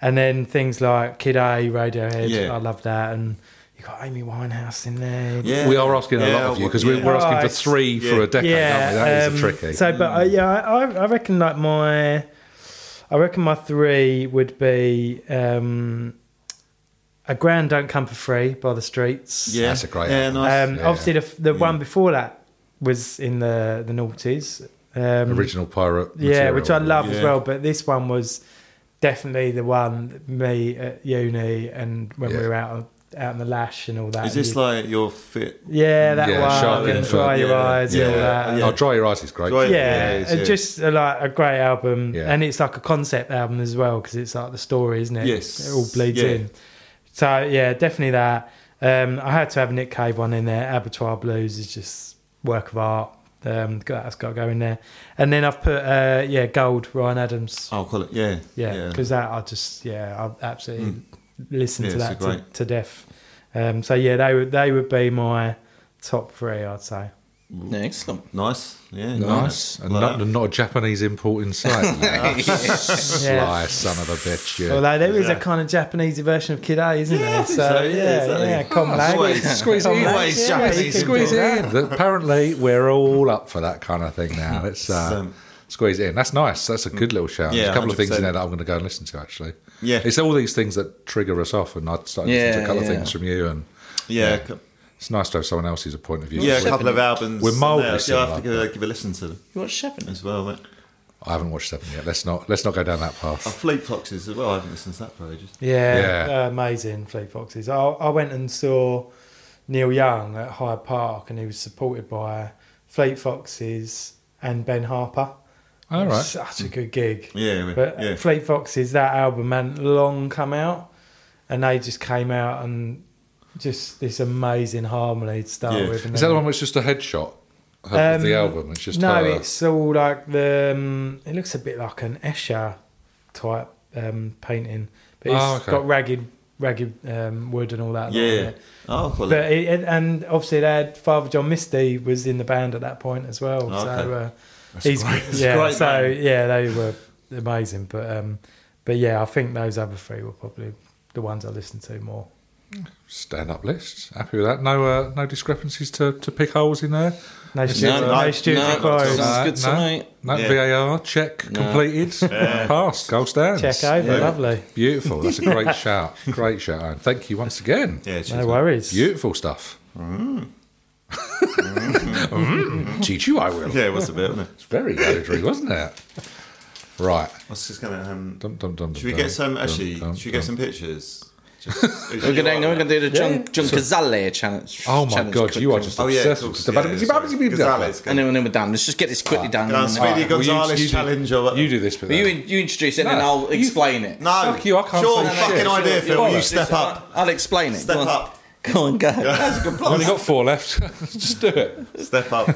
Speaker 2: and then things like Kid A, Radiohead.
Speaker 4: Yeah.
Speaker 2: I love that. And you got Amy Winehouse in there.
Speaker 4: Yeah.
Speaker 1: We are asking a lot
Speaker 4: Yeah,
Speaker 1: of you
Speaker 4: well,
Speaker 1: because
Speaker 4: yeah.
Speaker 1: we're, we're asking for
Speaker 2: Right.
Speaker 1: three for a decade, aren't we? That is
Speaker 2: um,
Speaker 1: a tricky.
Speaker 2: So, but uh, yeah, I, I reckon like my, I reckon my three would be um, a grand don't come for free by the streets.
Speaker 4: Yeah.
Speaker 1: That's a great
Speaker 4: Yeah,
Speaker 1: album.
Speaker 4: nice.
Speaker 2: Um,
Speaker 1: Yeah.
Speaker 2: Obviously, the, f- the one before that was in the the noughties. Um,
Speaker 1: Original pirate.
Speaker 2: yeah,
Speaker 1: material.
Speaker 2: which I love as
Speaker 4: Yeah.
Speaker 2: well. But this one was definitely the one that me at uni and when
Speaker 1: Yeah.
Speaker 2: we were out out in the lash and all that.
Speaker 4: Is this
Speaker 2: And
Speaker 4: like your fit?
Speaker 2: you- yeah that
Speaker 1: Yeah,
Speaker 2: one?
Speaker 1: Sharkin
Speaker 2: And
Speaker 1: for-
Speaker 2: dry your
Speaker 4: yeah,
Speaker 2: eyes and all
Speaker 4: yeah,
Speaker 2: that.
Speaker 1: Oh, Dry Your Eyes is great.
Speaker 4: Dry-
Speaker 2: Yeah,
Speaker 4: Yeah, it is,
Speaker 2: and
Speaker 4: yeah.
Speaker 2: just uh, like a great album,
Speaker 1: Yeah.
Speaker 2: and it's like a concept album as well because it's like the story, isn't it?
Speaker 4: Yes.
Speaker 2: it all bleeds
Speaker 4: Yeah.
Speaker 2: in. So yeah, definitely that. Um, I had to have Nick Cave one in there. Abattoir Blues is just work of art. Um, got- that's got to go in there. And then I've put uh, yeah, Gold Ryan Adams.
Speaker 4: I'll call it. Oh, Yeah. Hmm.
Speaker 2: Yeah, because that I just yeah, I absolutely listen
Speaker 4: Yeah,
Speaker 2: to
Speaker 4: it's
Speaker 2: that
Speaker 4: a
Speaker 2: to,
Speaker 4: great-
Speaker 2: to death. Um, so yeah, they would they would be my top three, I'd say.
Speaker 3: Excellent.
Speaker 4: Nice. Yeah.
Speaker 1: Nice. And
Speaker 4: Like
Speaker 1: not,
Speaker 4: that.
Speaker 1: and not a Japanese import in [laughs] sight. Yeah. Sly
Speaker 2: Yeah.
Speaker 1: son of a bitch. Yeah.
Speaker 2: Although there is
Speaker 4: Yeah.
Speaker 2: a kind of Japanese version of Kid A, isn't
Speaker 4: Yeah, I
Speaker 2: there?
Speaker 4: think so, yeah, exactly.
Speaker 2: yeah, come
Speaker 4: Oh,
Speaker 2: on,
Speaker 4: sweet.
Speaker 2: mate.
Speaker 1: Squeeze it in.
Speaker 2: Come on, mate.
Speaker 1: Always
Speaker 2: Yeah,
Speaker 3: Japanese
Speaker 2: you can
Speaker 1: squeeze
Speaker 2: do
Speaker 1: it
Speaker 2: that.
Speaker 1: in. Look, Apparently, we're all up for that kind of thing now. Let's uh,
Speaker 4: Um,
Speaker 1: squeeze it in. That's nice. That's a good little shout. There's a
Speaker 4: Yeah,
Speaker 1: couple of things in
Speaker 4: 100%.
Speaker 1: there that I'm going to go and listen to. Actually,
Speaker 4: Yeah.
Speaker 1: it's all these things that trigger us off, and I started listening to a
Speaker 3: Yeah,
Speaker 1: couple of
Speaker 3: yeah.
Speaker 1: things from you, and
Speaker 4: Yeah. cou-
Speaker 1: it's nice to have someone else's point of view.
Speaker 4: Yeah.
Speaker 1: We-
Speaker 4: A couple of albums.
Speaker 1: We're mildly
Speaker 4: Yeah, I
Speaker 1: similar.
Speaker 4: have to give, give a listen to them
Speaker 3: You watch Shepherd?
Speaker 4: as well, mate.
Speaker 1: I haven't watched Seven yet. Let's not let's not go down that
Speaker 4: Oh,
Speaker 1: path.
Speaker 4: Fleet Foxes as well. I haven't listened to that for ages.
Speaker 2: [laughs] Yeah,
Speaker 1: Yeah.
Speaker 2: uh, amazing Fleet Foxes. I, I went and saw Neil Young at Hyde Park, and he was supported by Fleet Foxes and Ben Harper.
Speaker 1: All right.
Speaker 2: such a good gig.
Speaker 4: Yeah. yeah,
Speaker 2: But
Speaker 4: yeah.
Speaker 2: Fleet Foxes, that album hadn't long come out, and they just came out and just this amazing harmony to start
Speaker 4: Yeah.
Speaker 2: with. and
Speaker 1: Is that
Speaker 2: then-
Speaker 1: the one that's just a headshot of the
Speaker 2: Oh, Um,
Speaker 1: album? It's just
Speaker 2: no,
Speaker 1: her-
Speaker 2: it's all like the. Um, it looks a bit like an Escher type um, painting, but it's
Speaker 1: Oh, okay.
Speaker 2: got ragged, ragged um, wood and all that. on
Speaker 4: Yeah.
Speaker 2: it.
Speaker 4: Oh, I'll call it.
Speaker 2: But it, it- and obviously they had Father John Misty was in the band at that point as well.
Speaker 4: Oh,
Speaker 2: So
Speaker 4: okay.
Speaker 2: uh, he's [laughs] yeah.
Speaker 4: great
Speaker 2: so
Speaker 4: band.
Speaker 2: yeah, they were amazing. But um, but yeah, I think those other three were probably the ones I listened to more.
Speaker 1: stand up lists. Happy with that. No uh, no discrepancies to, to pick holes in there.
Speaker 2: No, Stuart-
Speaker 3: no,
Speaker 2: no,
Speaker 4: no,
Speaker 2: Stuart
Speaker 3: no,
Speaker 2: Close.
Speaker 3: Sounds good to me.
Speaker 1: No
Speaker 4: Yeah.
Speaker 1: VAR check
Speaker 3: No.
Speaker 1: completed, passed, goal stands.
Speaker 2: Check over,
Speaker 4: Yeah.
Speaker 2: lovely.
Speaker 1: Beautiful. That's a
Speaker 4: [laughs]
Speaker 1: great shout. Great shout, Aaron. Thank you once again.
Speaker 4: Yeah. cheers,
Speaker 2: No
Speaker 4: mate.
Speaker 2: worries.
Speaker 1: Beautiful stuff. [laughs] Mm. Teach you, I will.
Speaker 4: Yeah, it was a bit, wasn't it?
Speaker 1: It's very dodgy, wasn't it? Right.
Speaker 4: I was just gonna. Um,
Speaker 1: Dum, dum, dum,
Speaker 4: should we
Speaker 1: dum,
Speaker 4: get some?
Speaker 1: dum,
Speaker 4: Actually,
Speaker 1: dum,
Speaker 4: should we get
Speaker 1: dum.
Speaker 4: some pictures? Just,
Speaker 3: We're going to we're gonna do the John,
Speaker 2: Yeah.
Speaker 3: John Cazale challenge.
Speaker 1: Oh my
Speaker 3: challenge
Speaker 1: god,
Speaker 3: quickly.
Speaker 1: you are just
Speaker 4: Oh yeah,
Speaker 1: obsessed
Speaker 4: cool.
Speaker 1: with
Speaker 4: yeah, sorry. Gonzalez.
Speaker 3: And then, and then we're done. Let's just get this quickly done.
Speaker 4: Uh,
Speaker 3: and then-
Speaker 4: Speedy
Speaker 3: Alright.
Speaker 1: Well, you-
Speaker 4: Gonzalez
Speaker 1: you do-
Speaker 4: challenge or what?
Speaker 1: You do this for
Speaker 3: Well, you,
Speaker 1: them.
Speaker 3: in- you introduce it
Speaker 1: No,
Speaker 3: and I'll
Speaker 1: you-
Speaker 3: explain it.
Speaker 4: No,
Speaker 1: Fuck you, I can't
Speaker 4: Sure,
Speaker 1: say shit.
Speaker 4: fucking idea, Phil.
Speaker 1: Bollocks.
Speaker 4: you step up.
Speaker 3: I'll explain it.
Speaker 4: Step
Speaker 3: Go on.
Speaker 4: up.
Speaker 3: Go on, go. That's a good
Speaker 1: I've [laughs]
Speaker 3: plan.
Speaker 1: only got four left. Just do it.
Speaker 4: Step [laughs] up.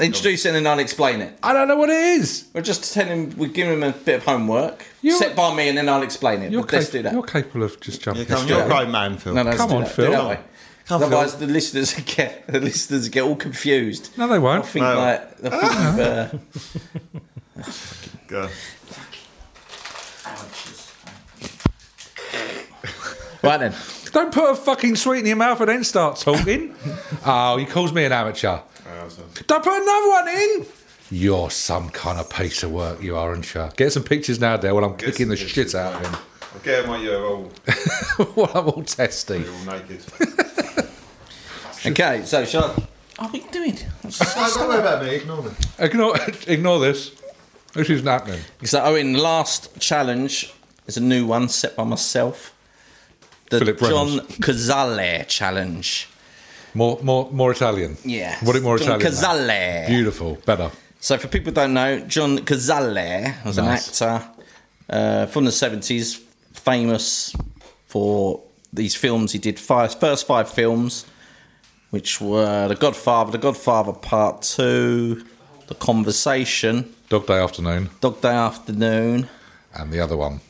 Speaker 3: Introduce it and I'll explain it.
Speaker 1: I don't know what it is.
Speaker 3: We're just telling him, we're giving him a bit of homework.
Speaker 1: You're-
Speaker 3: Set by me and then I'll explain it.
Speaker 1: You're,
Speaker 3: But let's
Speaker 1: cap-
Speaker 3: do that.
Speaker 1: you're capable of just jumping
Speaker 4: Yeah, come on,
Speaker 1: straight
Speaker 4: you're
Speaker 1: in.
Speaker 4: a grown man, Phil.
Speaker 3: No, no, let's
Speaker 1: Come
Speaker 3: do
Speaker 1: on,
Speaker 3: that.
Speaker 1: Phil.
Speaker 3: Do that way.
Speaker 4: Come on,
Speaker 3: Otherwise,
Speaker 4: Phil.
Speaker 3: the listeners [laughs] get the listeners get all confused.
Speaker 1: No, they
Speaker 3: I
Speaker 1: won't.
Speaker 3: think
Speaker 4: No.
Speaker 3: like I think, uh,
Speaker 4: Go.
Speaker 3: right then.
Speaker 1: Don't put a fucking sweet in your mouth and then start
Speaker 4: [laughs]
Speaker 1: talking. oh, he calls me an amateur. Don't put another one in. You're some kind of piece of work, you are, aren't you? Get some pictures now, there, while I'm kicking the shit out of him. [laughs]
Speaker 4: I'll get uh, him while you're all,
Speaker 1: while I'm all testy.
Speaker 4: all naked.
Speaker 3: Okay, so shall I Oh, what are you doing?
Speaker 4: [laughs] Don't worry about me. Ignore me.
Speaker 1: Ignore, [laughs] ignore this. This isn't happening.
Speaker 3: So, Owen, oh, the last challenge is a new one set by myself. The
Speaker 1: Philip Reynolds.
Speaker 3: John Cazale challenge.
Speaker 1: More, more, more Italian.
Speaker 3: Yeah.
Speaker 1: What it more
Speaker 3: John
Speaker 1: Italian? now.
Speaker 3: Cazale.
Speaker 1: Beautiful. Better.
Speaker 3: So, for people who don't know, John Cazale was
Speaker 1: Nice.
Speaker 3: an actor uh, from the 70s, famous for these films. He did five, first five films, which were The Godfather, The Godfather Part 2, The Conversation,
Speaker 1: Dog Day Afternoon
Speaker 3: Dog Day Afternoon,
Speaker 1: and the other one.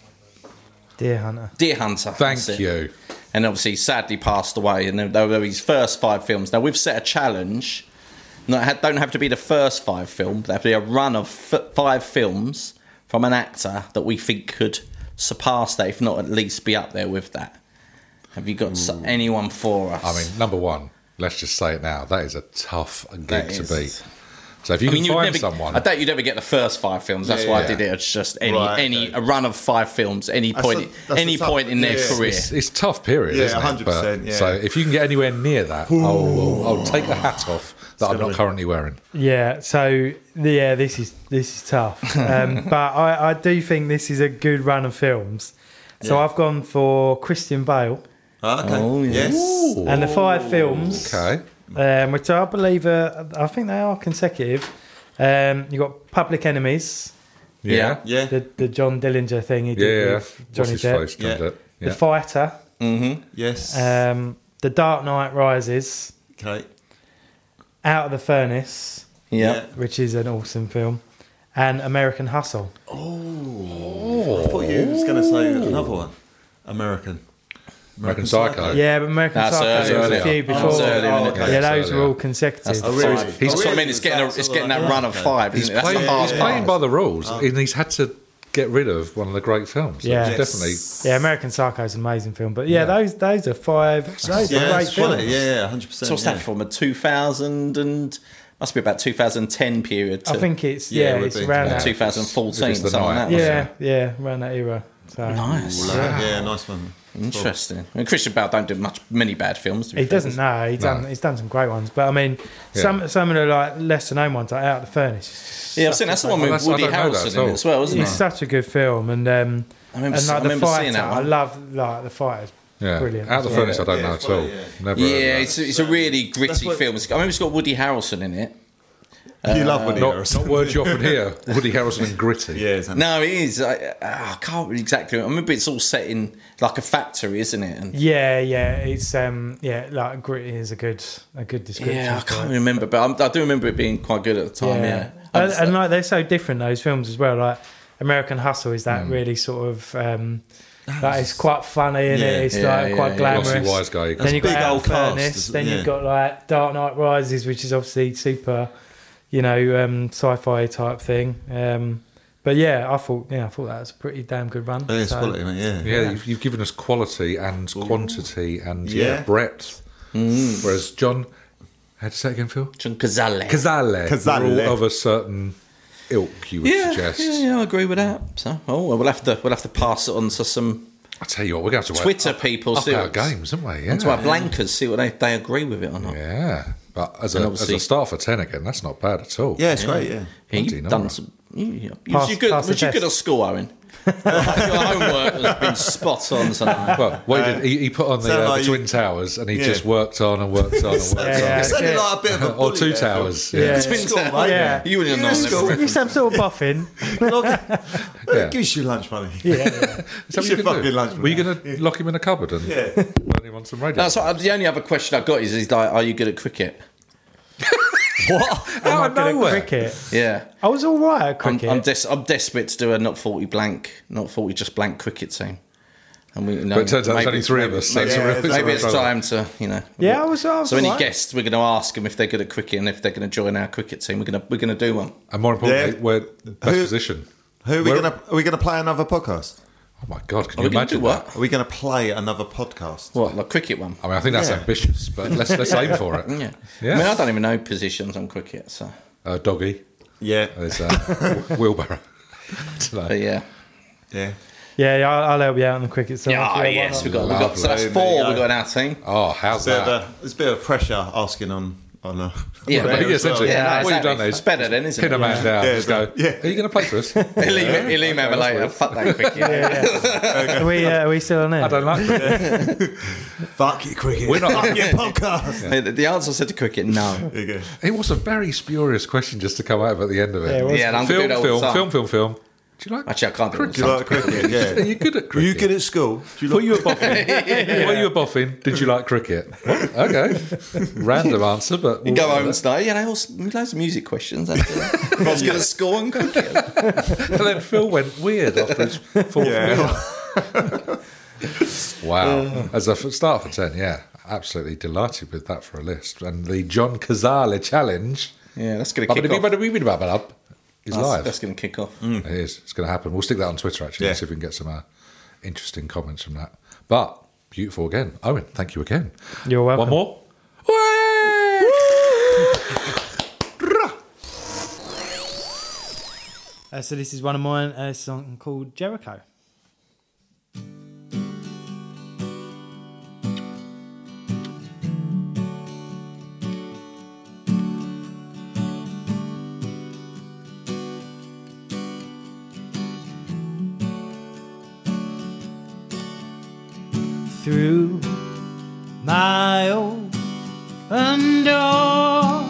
Speaker 2: Deer Hunter.
Speaker 3: Deer Hunter.
Speaker 1: Thank
Speaker 3: that's it.
Speaker 1: you.
Speaker 3: and obviously sadly passed away. And they were his first five films. Now we've set a challenge. Not don't have to be the first five films. There have to be a run of f- five films from an actor that we think could surpass that, if not at least be up there with that. Have you got s anyone for us?
Speaker 1: Hmm. I mean, number one. Let's just say it now. That is a tough gig
Speaker 3: That
Speaker 1: to
Speaker 3: is-
Speaker 1: beat. So if you
Speaker 3: I mean,
Speaker 1: can
Speaker 3: you'd
Speaker 1: find
Speaker 3: never,
Speaker 1: someone,
Speaker 3: I doubt you'd ever get the first five films. That's
Speaker 4: Yeah,
Speaker 3: why
Speaker 1: yeah.
Speaker 3: I did it. It's just any
Speaker 4: Right,
Speaker 3: any
Speaker 4: okay.
Speaker 3: a run of five films, any
Speaker 4: That's
Speaker 3: point,
Speaker 4: a- that's a
Speaker 3: any
Speaker 4: tough-
Speaker 3: point in their
Speaker 4: yeah.
Speaker 3: career.
Speaker 1: it's, it's tough period.
Speaker 4: Yeah,
Speaker 1: isn't it?
Speaker 4: 100%,
Speaker 1: But-
Speaker 4: yeah.
Speaker 1: So if you can get anywhere near that, I'll, I'll, I'll take the hat off that I'm not
Speaker 4: be-
Speaker 1: currently wearing.
Speaker 2: Yeah, so yeah, this is this is tough,
Speaker 1: [laughs]
Speaker 2: um, but I, I do think this is a good run of films. So I've gone for Christian Bale
Speaker 4: Ah, okay.
Speaker 3: Oh, yes.
Speaker 4: Yes.
Speaker 2: and the five films,
Speaker 1: Okay.
Speaker 2: um, which I believe are, I think they are consecutive. Um, you got Public Enemies,
Speaker 1: Yeah.
Speaker 3: Yeah.
Speaker 4: Yeah.
Speaker 2: the, the John Dillinger thing he
Speaker 1: Yeah.
Speaker 2: did
Speaker 1: yeah.
Speaker 2: with
Speaker 1: What's
Speaker 2: Johnny
Speaker 1: his
Speaker 2: Depp,
Speaker 1: face? John
Speaker 4: Yeah.
Speaker 1: Depp. Yeah.
Speaker 2: The Fighter,
Speaker 4: Yes.
Speaker 2: um, The Dark Knight Rises,
Speaker 4: okay.
Speaker 2: Out of the Furnace,
Speaker 3: yeah.
Speaker 2: which is an awesome film, and American Hustle.
Speaker 4: I thought you was going to say another one. American.
Speaker 1: American Psycho.
Speaker 2: Yeah, but American
Speaker 3: That's
Speaker 2: Psycho
Speaker 3: earlier,
Speaker 2: was a
Speaker 3: earlier.
Speaker 2: few before.
Speaker 3: That's earlier,
Speaker 2: Oh,
Speaker 3: isn't it?
Speaker 2: yeah,
Speaker 1: That's
Speaker 2: those were
Speaker 1: earlier.
Speaker 2: all consecutive.
Speaker 3: That's the
Speaker 4: really?
Speaker 3: five. He's,
Speaker 4: Oh,
Speaker 3: I mean,
Speaker 4: really?
Speaker 3: it's getting, a, it's getting that
Speaker 4: Yeah. Uh-huh.
Speaker 3: run of five,
Speaker 1: He's,
Speaker 3: isn't it? That's
Speaker 1: playing,
Speaker 3: the hard
Speaker 1: he's
Speaker 3: part.
Speaker 1: playing by the rules, and he's had to get rid of one of the great films. So
Speaker 2: Yeah.
Speaker 1: it's definitely.
Speaker 2: Yeah, American Psycho is an amazing film, but yeah, those those are five. Those
Speaker 4: Yeah,
Speaker 2: are great
Speaker 4: that's right.
Speaker 2: films.
Speaker 4: yeah, yeah, 100%.
Speaker 3: So what's
Speaker 4: yeah.
Speaker 3: that from? A 2000 and must be about 2010 period. To
Speaker 2: I think uh, it's
Speaker 4: Yeah,
Speaker 2: yeah,
Speaker 4: it would
Speaker 2: it's
Speaker 4: be.
Speaker 2: around
Speaker 4: Yeah.
Speaker 2: that.
Speaker 3: 2014.
Speaker 1: If it's the
Speaker 3: something like
Speaker 1: night.
Speaker 3: that.
Speaker 2: Yeah,
Speaker 3: wasn't
Speaker 2: yeah, around that era. So
Speaker 3: it? Nice.
Speaker 4: Yeah, yeah, nice one.
Speaker 3: Interesting. And Christian Bale don't do much many bad films. To be
Speaker 2: he
Speaker 3: fair.
Speaker 2: doesn't know. He's done he's done some great ones, but I mean,
Speaker 1: Yeah.
Speaker 2: some some of the like lesser known ones, like Out of the Furnace. It's just
Speaker 3: Yeah, I've seen that's the one with
Speaker 1: that's- I
Speaker 3: Woody
Speaker 1: don't know that
Speaker 3: Harrelson
Speaker 1: at
Speaker 3: in it
Speaker 1: all.
Speaker 3: as well, isn't
Speaker 2: It's
Speaker 3: it?
Speaker 2: such a good film, and um,
Speaker 3: I remember
Speaker 2: and
Speaker 3: se- I
Speaker 2: like the
Speaker 3: remember
Speaker 2: fighter,
Speaker 3: seeing that
Speaker 2: I
Speaker 3: one.
Speaker 2: love like the fighters.
Speaker 1: Yeah.
Speaker 2: Brilliant.
Speaker 1: Out of the
Speaker 2: Yeah.
Speaker 1: furnace, I don't
Speaker 4: Yeah,
Speaker 1: know
Speaker 4: it's
Speaker 1: at all.
Speaker 4: funny, yeah.
Speaker 1: Never. heard
Speaker 3: Yeah,
Speaker 1: of
Speaker 3: it's, it's a really gritty
Speaker 4: what-
Speaker 3: film. It's- I remember it's got Woody Harrelson in it.
Speaker 4: you love
Speaker 1: that.
Speaker 4: Woody
Speaker 1: Not, not words you often hear. Woody Harrelson and gritty.
Speaker 4: [laughs] Yeah, isn't
Speaker 3: No, it is. I, ah, I can't really exactly. I remember it's all set in like a factory, isn't it? And
Speaker 2: Yeah, yeah, it's um, yeah, like gritty is a good a good description.
Speaker 3: yeah, I
Speaker 2: for
Speaker 3: can't
Speaker 2: it.
Speaker 3: remember, but I'm, I do remember it being quite good at the time. Yeah, I
Speaker 2: and,
Speaker 3: just-
Speaker 2: and, like they're so different those films as well. Like American Hustle is
Speaker 4: Hmm.
Speaker 2: that really sort of um, that is quite funny and
Speaker 4: Yeah,
Speaker 2: it's
Speaker 3: yeah,
Speaker 2: like
Speaker 3: yeah,
Speaker 2: quite
Speaker 3: yeah.
Speaker 2: glamorous.
Speaker 1: Glossy wise guy.
Speaker 2: Then you've
Speaker 4: big
Speaker 2: got Out
Speaker 4: old
Speaker 2: of
Speaker 4: cast,
Speaker 2: Furnace.
Speaker 4: isn't
Speaker 2: Then
Speaker 4: it?
Speaker 2: you've
Speaker 4: Yeah.
Speaker 2: got like Dark Knight Rises, which is obviously super, you know, um, sci-fi type thing. Um, but yeah, I thought yeah, I thought that was a pretty damn good run.
Speaker 4: Yeah, it's
Speaker 2: So-
Speaker 4: quality, mate. Yeah.
Speaker 1: Yeah, You've, you've given us quality and quantity and yeah,
Speaker 4: Yeah.
Speaker 1: breadth. Whereas John, how to say it again, Phil?
Speaker 3: John Cazale.
Speaker 1: Cazale.
Speaker 4: Cazale.
Speaker 1: We're all of a certain ilk, you would
Speaker 3: yeah,
Speaker 1: suggest.
Speaker 3: Yeah, yeah, I agree with that. So, oh, well, we'll have to we'll have to pass it on to some
Speaker 1: I tell you what, we're going to have to
Speaker 3: Twitter
Speaker 1: wait.
Speaker 3: people.
Speaker 1: Up
Speaker 3: see
Speaker 1: our
Speaker 3: what-
Speaker 1: games, aren't we?
Speaker 3: to our
Speaker 1: Yeah.
Speaker 3: blankers, see what they, they agree with it or not.
Speaker 1: yeah. But as
Speaker 3: And
Speaker 1: a, as
Speaker 3: obviously-
Speaker 1: a start for 10 again, that's not bad at all.
Speaker 4: Yeah, it's great, yeah.
Speaker 3: Yeah,
Speaker 1: Bloody
Speaker 3: you've done
Speaker 1: Nora.
Speaker 3: some. You, you,
Speaker 2: Pass-
Speaker 3: was you good,
Speaker 2: pass the
Speaker 3: was you good
Speaker 2: test.
Speaker 3: at
Speaker 2: [laughs]
Speaker 3: school, Owen? Your homework has been spot on
Speaker 1: [laughs]
Speaker 3: tonight.
Speaker 1: Well, Wade, did he, he put on the,
Speaker 4: sound
Speaker 1: uh,
Speaker 4: like
Speaker 1: the
Speaker 4: you-
Speaker 1: Twin Towers and he
Speaker 4: Yeah.
Speaker 1: just worked on and worked on and worked on.
Speaker 2: Yeah,
Speaker 4: It's only
Speaker 2: yeah.
Speaker 4: like a bit of a
Speaker 1: [laughs] Or
Speaker 4: bully
Speaker 1: two
Speaker 4: there,
Speaker 1: towers.
Speaker 2: Phil. Yeah.
Speaker 1: Yeah.
Speaker 4: Phil. It's cool, mate.
Speaker 2: Yeah.
Speaker 3: You and your
Speaker 4: You're in school.
Speaker 3: non
Speaker 2: You're some sort of
Speaker 3: [laughs]
Speaker 2: boffin.
Speaker 1: [laughs] Yeah.
Speaker 4: Gives you lunch money.
Speaker 2: Yeah, yeah.
Speaker 1: Is that
Speaker 4: You
Speaker 1: what
Speaker 4: should
Speaker 1: gonna
Speaker 4: fucking
Speaker 1: do?
Speaker 4: lunch with
Speaker 1: Were you
Speaker 4: that.
Speaker 1: going to lock him in a cupboard and
Speaker 4: Yeah.
Speaker 1: burn him on some radio?
Speaker 3: That's what, the only other question I've got is, is like, are you good at cricket? what?
Speaker 1: Out of
Speaker 2: Not good at
Speaker 1: nowhere.
Speaker 2: Cricket.
Speaker 3: Yeah.
Speaker 2: I was all right at
Speaker 3: I'm,
Speaker 2: cricket.
Speaker 3: I'm, des- I'm desperate to do a not 40 blank, not 40 just blank cricket team. And we, you know,
Speaker 1: But it turns out there's
Speaker 3: maybe-
Speaker 1: only three of us. So it's a
Speaker 4: yeah,
Speaker 1: real,
Speaker 4: it's
Speaker 1: a
Speaker 3: Maybe
Speaker 1: real
Speaker 3: it's
Speaker 1: struggle.
Speaker 3: time to, you know.
Speaker 2: yeah, I was. I was
Speaker 3: So any
Speaker 2: all right.
Speaker 3: guests, we're going to ask them if they're good at cricket and if they're going to join our cricket team. We're going to we're going to do one.
Speaker 1: And more importantly,
Speaker 4: Yeah.
Speaker 1: we're best
Speaker 4: Who-
Speaker 1: position.
Speaker 4: Who are we
Speaker 1: Where-
Speaker 4: going to are we going to play another podcast?
Speaker 1: Oh my God, can
Speaker 3: Are
Speaker 1: you
Speaker 3: we going to
Speaker 1: imagine
Speaker 3: do
Speaker 1: that?
Speaker 3: what?
Speaker 4: Are we going to play another podcast?
Speaker 3: What, like cricket one?
Speaker 1: I mean, I think that's
Speaker 4: Yeah.
Speaker 1: ambitious, but let's let's aim for
Speaker 3: [laughs]
Speaker 1: it.
Speaker 3: Yeah.
Speaker 1: Yeah.
Speaker 3: I mean, I don't even know positions on cricket, so.
Speaker 1: Uh, doggy,
Speaker 4: Yeah,
Speaker 1: there's uh, wh- wheelbarrow. Dunno.
Speaker 3: But yeah.
Speaker 4: yeah.
Speaker 2: Yeah, yeah, I'll, I'll help you out on the cricket side.
Speaker 3: Yeah,
Speaker 2: why
Speaker 3: yes,
Speaker 2: not?
Speaker 3: we got, we got. So that's
Speaker 4: Lovely. There you
Speaker 3: four we
Speaker 4: go.
Speaker 3: got in our team.
Speaker 1: Oh, how's
Speaker 4: So
Speaker 1: that?
Speaker 4: the- there's a bit of pressure asking on
Speaker 1: [laughs]
Speaker 4: Oh no. [laughs]
Speaker 3: Yeah,
Speaker 4: Well,
Speaker 3: but-
Speaker 4: as well.
Speaker 1: essentially.
Speaker 3: Yeah,
Speaker 1: What
Speaker 3: no,
Speaker 1: you've
Speaker 3: exactly.
Speaker 1: done is
Speaker 3: it's better then, isn't
Speaker 1: Pin a
Speaker 3: it?
Speaker 1: man down.
Speaker 4: Yeah,
Speaker 1: just go.
Speaker 4: yeah.
Speaker 1: Are you going to play for us? [laughs]
Speaker 3: He'll email, he'll email me later. Fuck that quick. Yeah.
Speaker 2: Are we, uh, are we still on
Speaker 1: I
Speaker 2: it?
Speaker 1: don't like. It.
Speaker 4: Fuck your cricket.
Speaker 1: We're not-
Speaker 4: [laughs] Fuck your podcast.
Speaker 3: The- The answer said to cricket, no.
Speaker 4: There you go.
Speaker 1: It was a very spurious question just to come out of at the end of it.
Speaker 2: Yeah, it was.
Speaker 3: Yeah, and I'm
Speaker 1: film,
Speaker 3: gonna do that
Speaker 1: film,
Speaker 3: all the time.
Speaker 1: film, film, film. Do you like?
Speaker 3: Actually, I can't do it all
Speaker 4: Do you
Speaker 3: the
Speaker 4: like cricket?
Speaker 1: Are
Speaker 4: [laughs] Yeah.
Speaker 1: you good at
Speaker 4: Were
Speaker 1: cricket?
Speaker 4: you good at school? Do
Speaker 1: [laughs]
Speaker 4: you
Speaker 1: Were
Speaker 4: like
Speaker 1: you were
Speaker 3: [laughs]
Speaker 1: boffin? Were you were boffin? Did you like cricket? What? Okay,
Speaker 3: [laughs]
Speaker 1: random answer, but
Speaker 3: time. Go home and stay. Yeah, they all s- loads of music questions. I
Speaker 1: [laughs]
Speaker 3: was going to score and cricket.
Speaker 1: And then Phil went weird after his fourth
Speaker 4: Yeah. [laughs]
Speaker 1: meal. Wow, as a f- start for ten, yeah, absolutely delighted with that for a list. And the John Cazale challenge.
Speaker 3: Yeah, that's going to kick off.
Speaker 1: Ba-ba-da-bee-ba-da-bee-ba-da-bub Is
Speaker 3: That's,
Speaker 1: live.
Speaker 3: that's going to kick off.
Speaker 1: It is. It's going to happen. We'll stick that on Twitter actually,
Speaker 4: Yeah.
Speaker 1: see if we can get some uh, interesting comments from that. But beautiful again, Owen. Thank you again.
Speaker 2: You're
Speaker 1: One
Speaker 2: welcome.
Speaker 1: more. Whey! [laughs]
Speaker 2: Uh, so this is one of mine. Uh, it's something called Jericho. Through my open door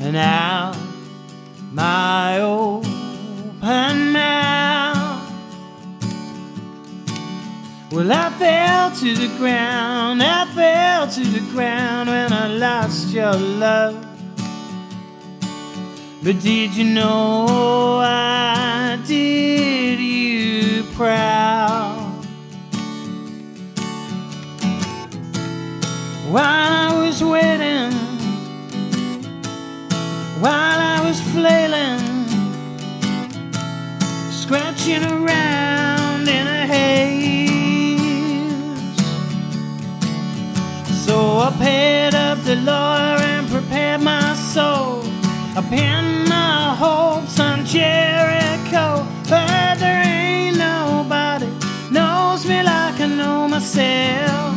Speaker 2: and out my open mouth. Well, I fell to the ground, I fell to the ground when I lost your love. But did you know I did you proud? While I was waiting while I was flailing, scratching around in a haze. So I paired up the lure and prepared my soul. I pinned my hopes on Jericho, but there ain't nobody knows me like I know myself.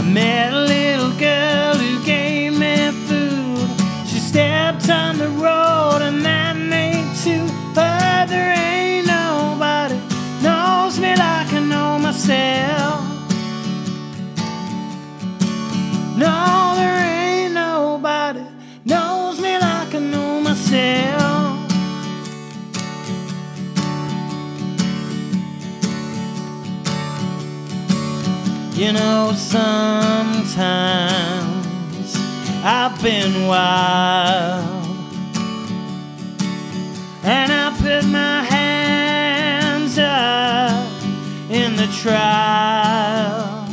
Speaker 2: I met a little girl who gave me food. She stepped on the road and that made two. But there ain't nobody knows me like I know myself. No, there ain't nobody knows me like I know myself. You know, sometimes I've been wild. And I put my hands up in the trial.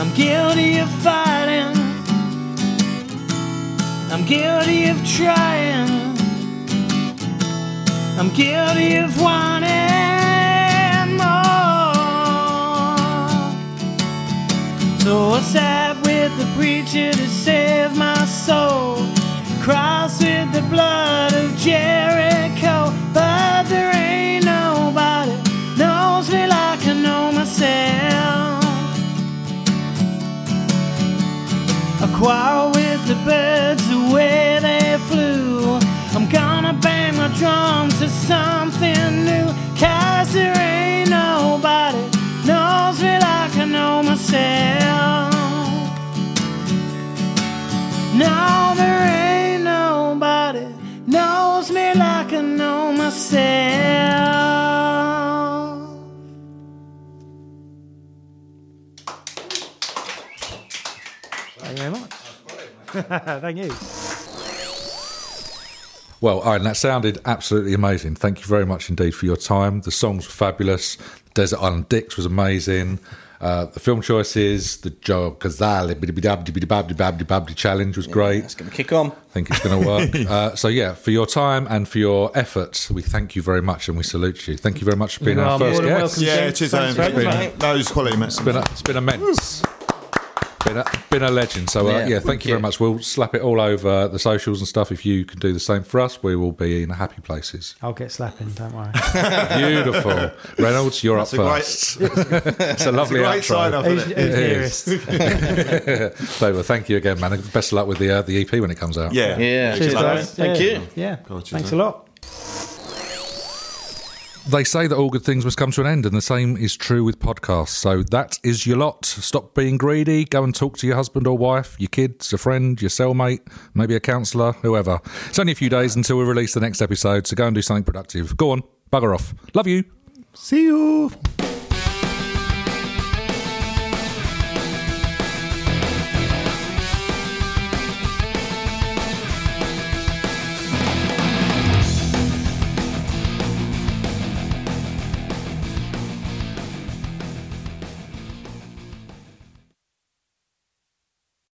Speaker 2: I'm guilty of fighting. I'm guilty of trying. I'm guilty of wanting more. So I sat with the preacher to save my soul. Crossed with the blood of Jericho. But there ain't nobody knows me like I know myself. I quarrel with the birds the way they flew. I'm gonna bang my drum to something new. Cause there ain't nobody knows me like I know myself. No, there ain't nobody knows me like I know myself. Thank you very much. [laughs] Thank you.
Speaker 1: Well, Owen, that sounded absolutely amazing. Thank you very much indeed for your time. The songs were fabulous. Desert Island Dicks was amazing. Uh, the film choices, the Joe Cazale biddy-biddy-biddy-biddy-biddy-biddy challenge was great.
Speaker 3: That's going to kick on.
Speaker 1: I think it's going to work. uh, so, yeah, for your time and for your efforts, we thank you very much and we salute you. Thank you very much for being
Speaker 2: You
Speaker 1: our
Speaker 2: are more
Speaker 1: first
Speaker 2: than
Speaker 1: guest.
Speaker 2: welcome.
Speaker 4: Yeah,
Speaker 2: Thanks,
Speaker 4: cheers,
Speaker 2: thanks
Speaker 4: Owen.
Speaker 2: very
Speaker 4: That was quality, mate.
Speaker 1: It's been, it's been immense. been a, been a legend. So, uh, yeah,
Speaker 3: Yeah,
Speaker 1: thank
Speaker 3: thank
Speaker 1: you very
Speaker 3: you.
Speaker 1: much. We'll slap it all over the socials and stuff. If you can do the same for us, we will be in happy places.
Speaker 2: I'll get slapping, don't worry.
Speaker 1: Beautiful. Reynolds, you're
Speaker 4: That's a
Speaker 1: up
Speaker 4: great,
Speaker 1: first.
Speaker 4: that's [laughs]
Speaker 1: it's a
Speaker 4: a
Speaker 1: lovely
Speaker 4: great sign
Speaker 1: outro.
Speaker 4: off.
Speaker 2: who's
Speaker 4: isn't it?
Speaker 2: who's
Speaker 1: It
Speaker 2: nearest?
Speaker 1: So, well, thank you again, man. and Best of luck with the uh, the EP when it comes out.
Speaker 4: Yeah.
Speaker 3: Yeah.
Speaker 4: Cheers,
Speaker 2: Cheers,
Speaker 4: mate.
Speaker 2: guys.
Speaker 3: Thank
Speaker 2: Yeah.
Speaker 3: you.
Speaker 2: Yeah.
Speaker 4: Cool, cheers,
Speaker 2: Thanks a
Speaker 4: mate.
Speaker 2: lot.
Speaker 1: They say that all good things must come to an end, and the same is true with podcasts. So that is your lot. Stop being greedy. Go and talk to your husband or wife, your kids, a friend, your cellmate, maybe a counsellor, whoever. It's only a few days until we release the next episode, so go and do something productive. Go on, bugger off. Love you.
Speaker 2: See you.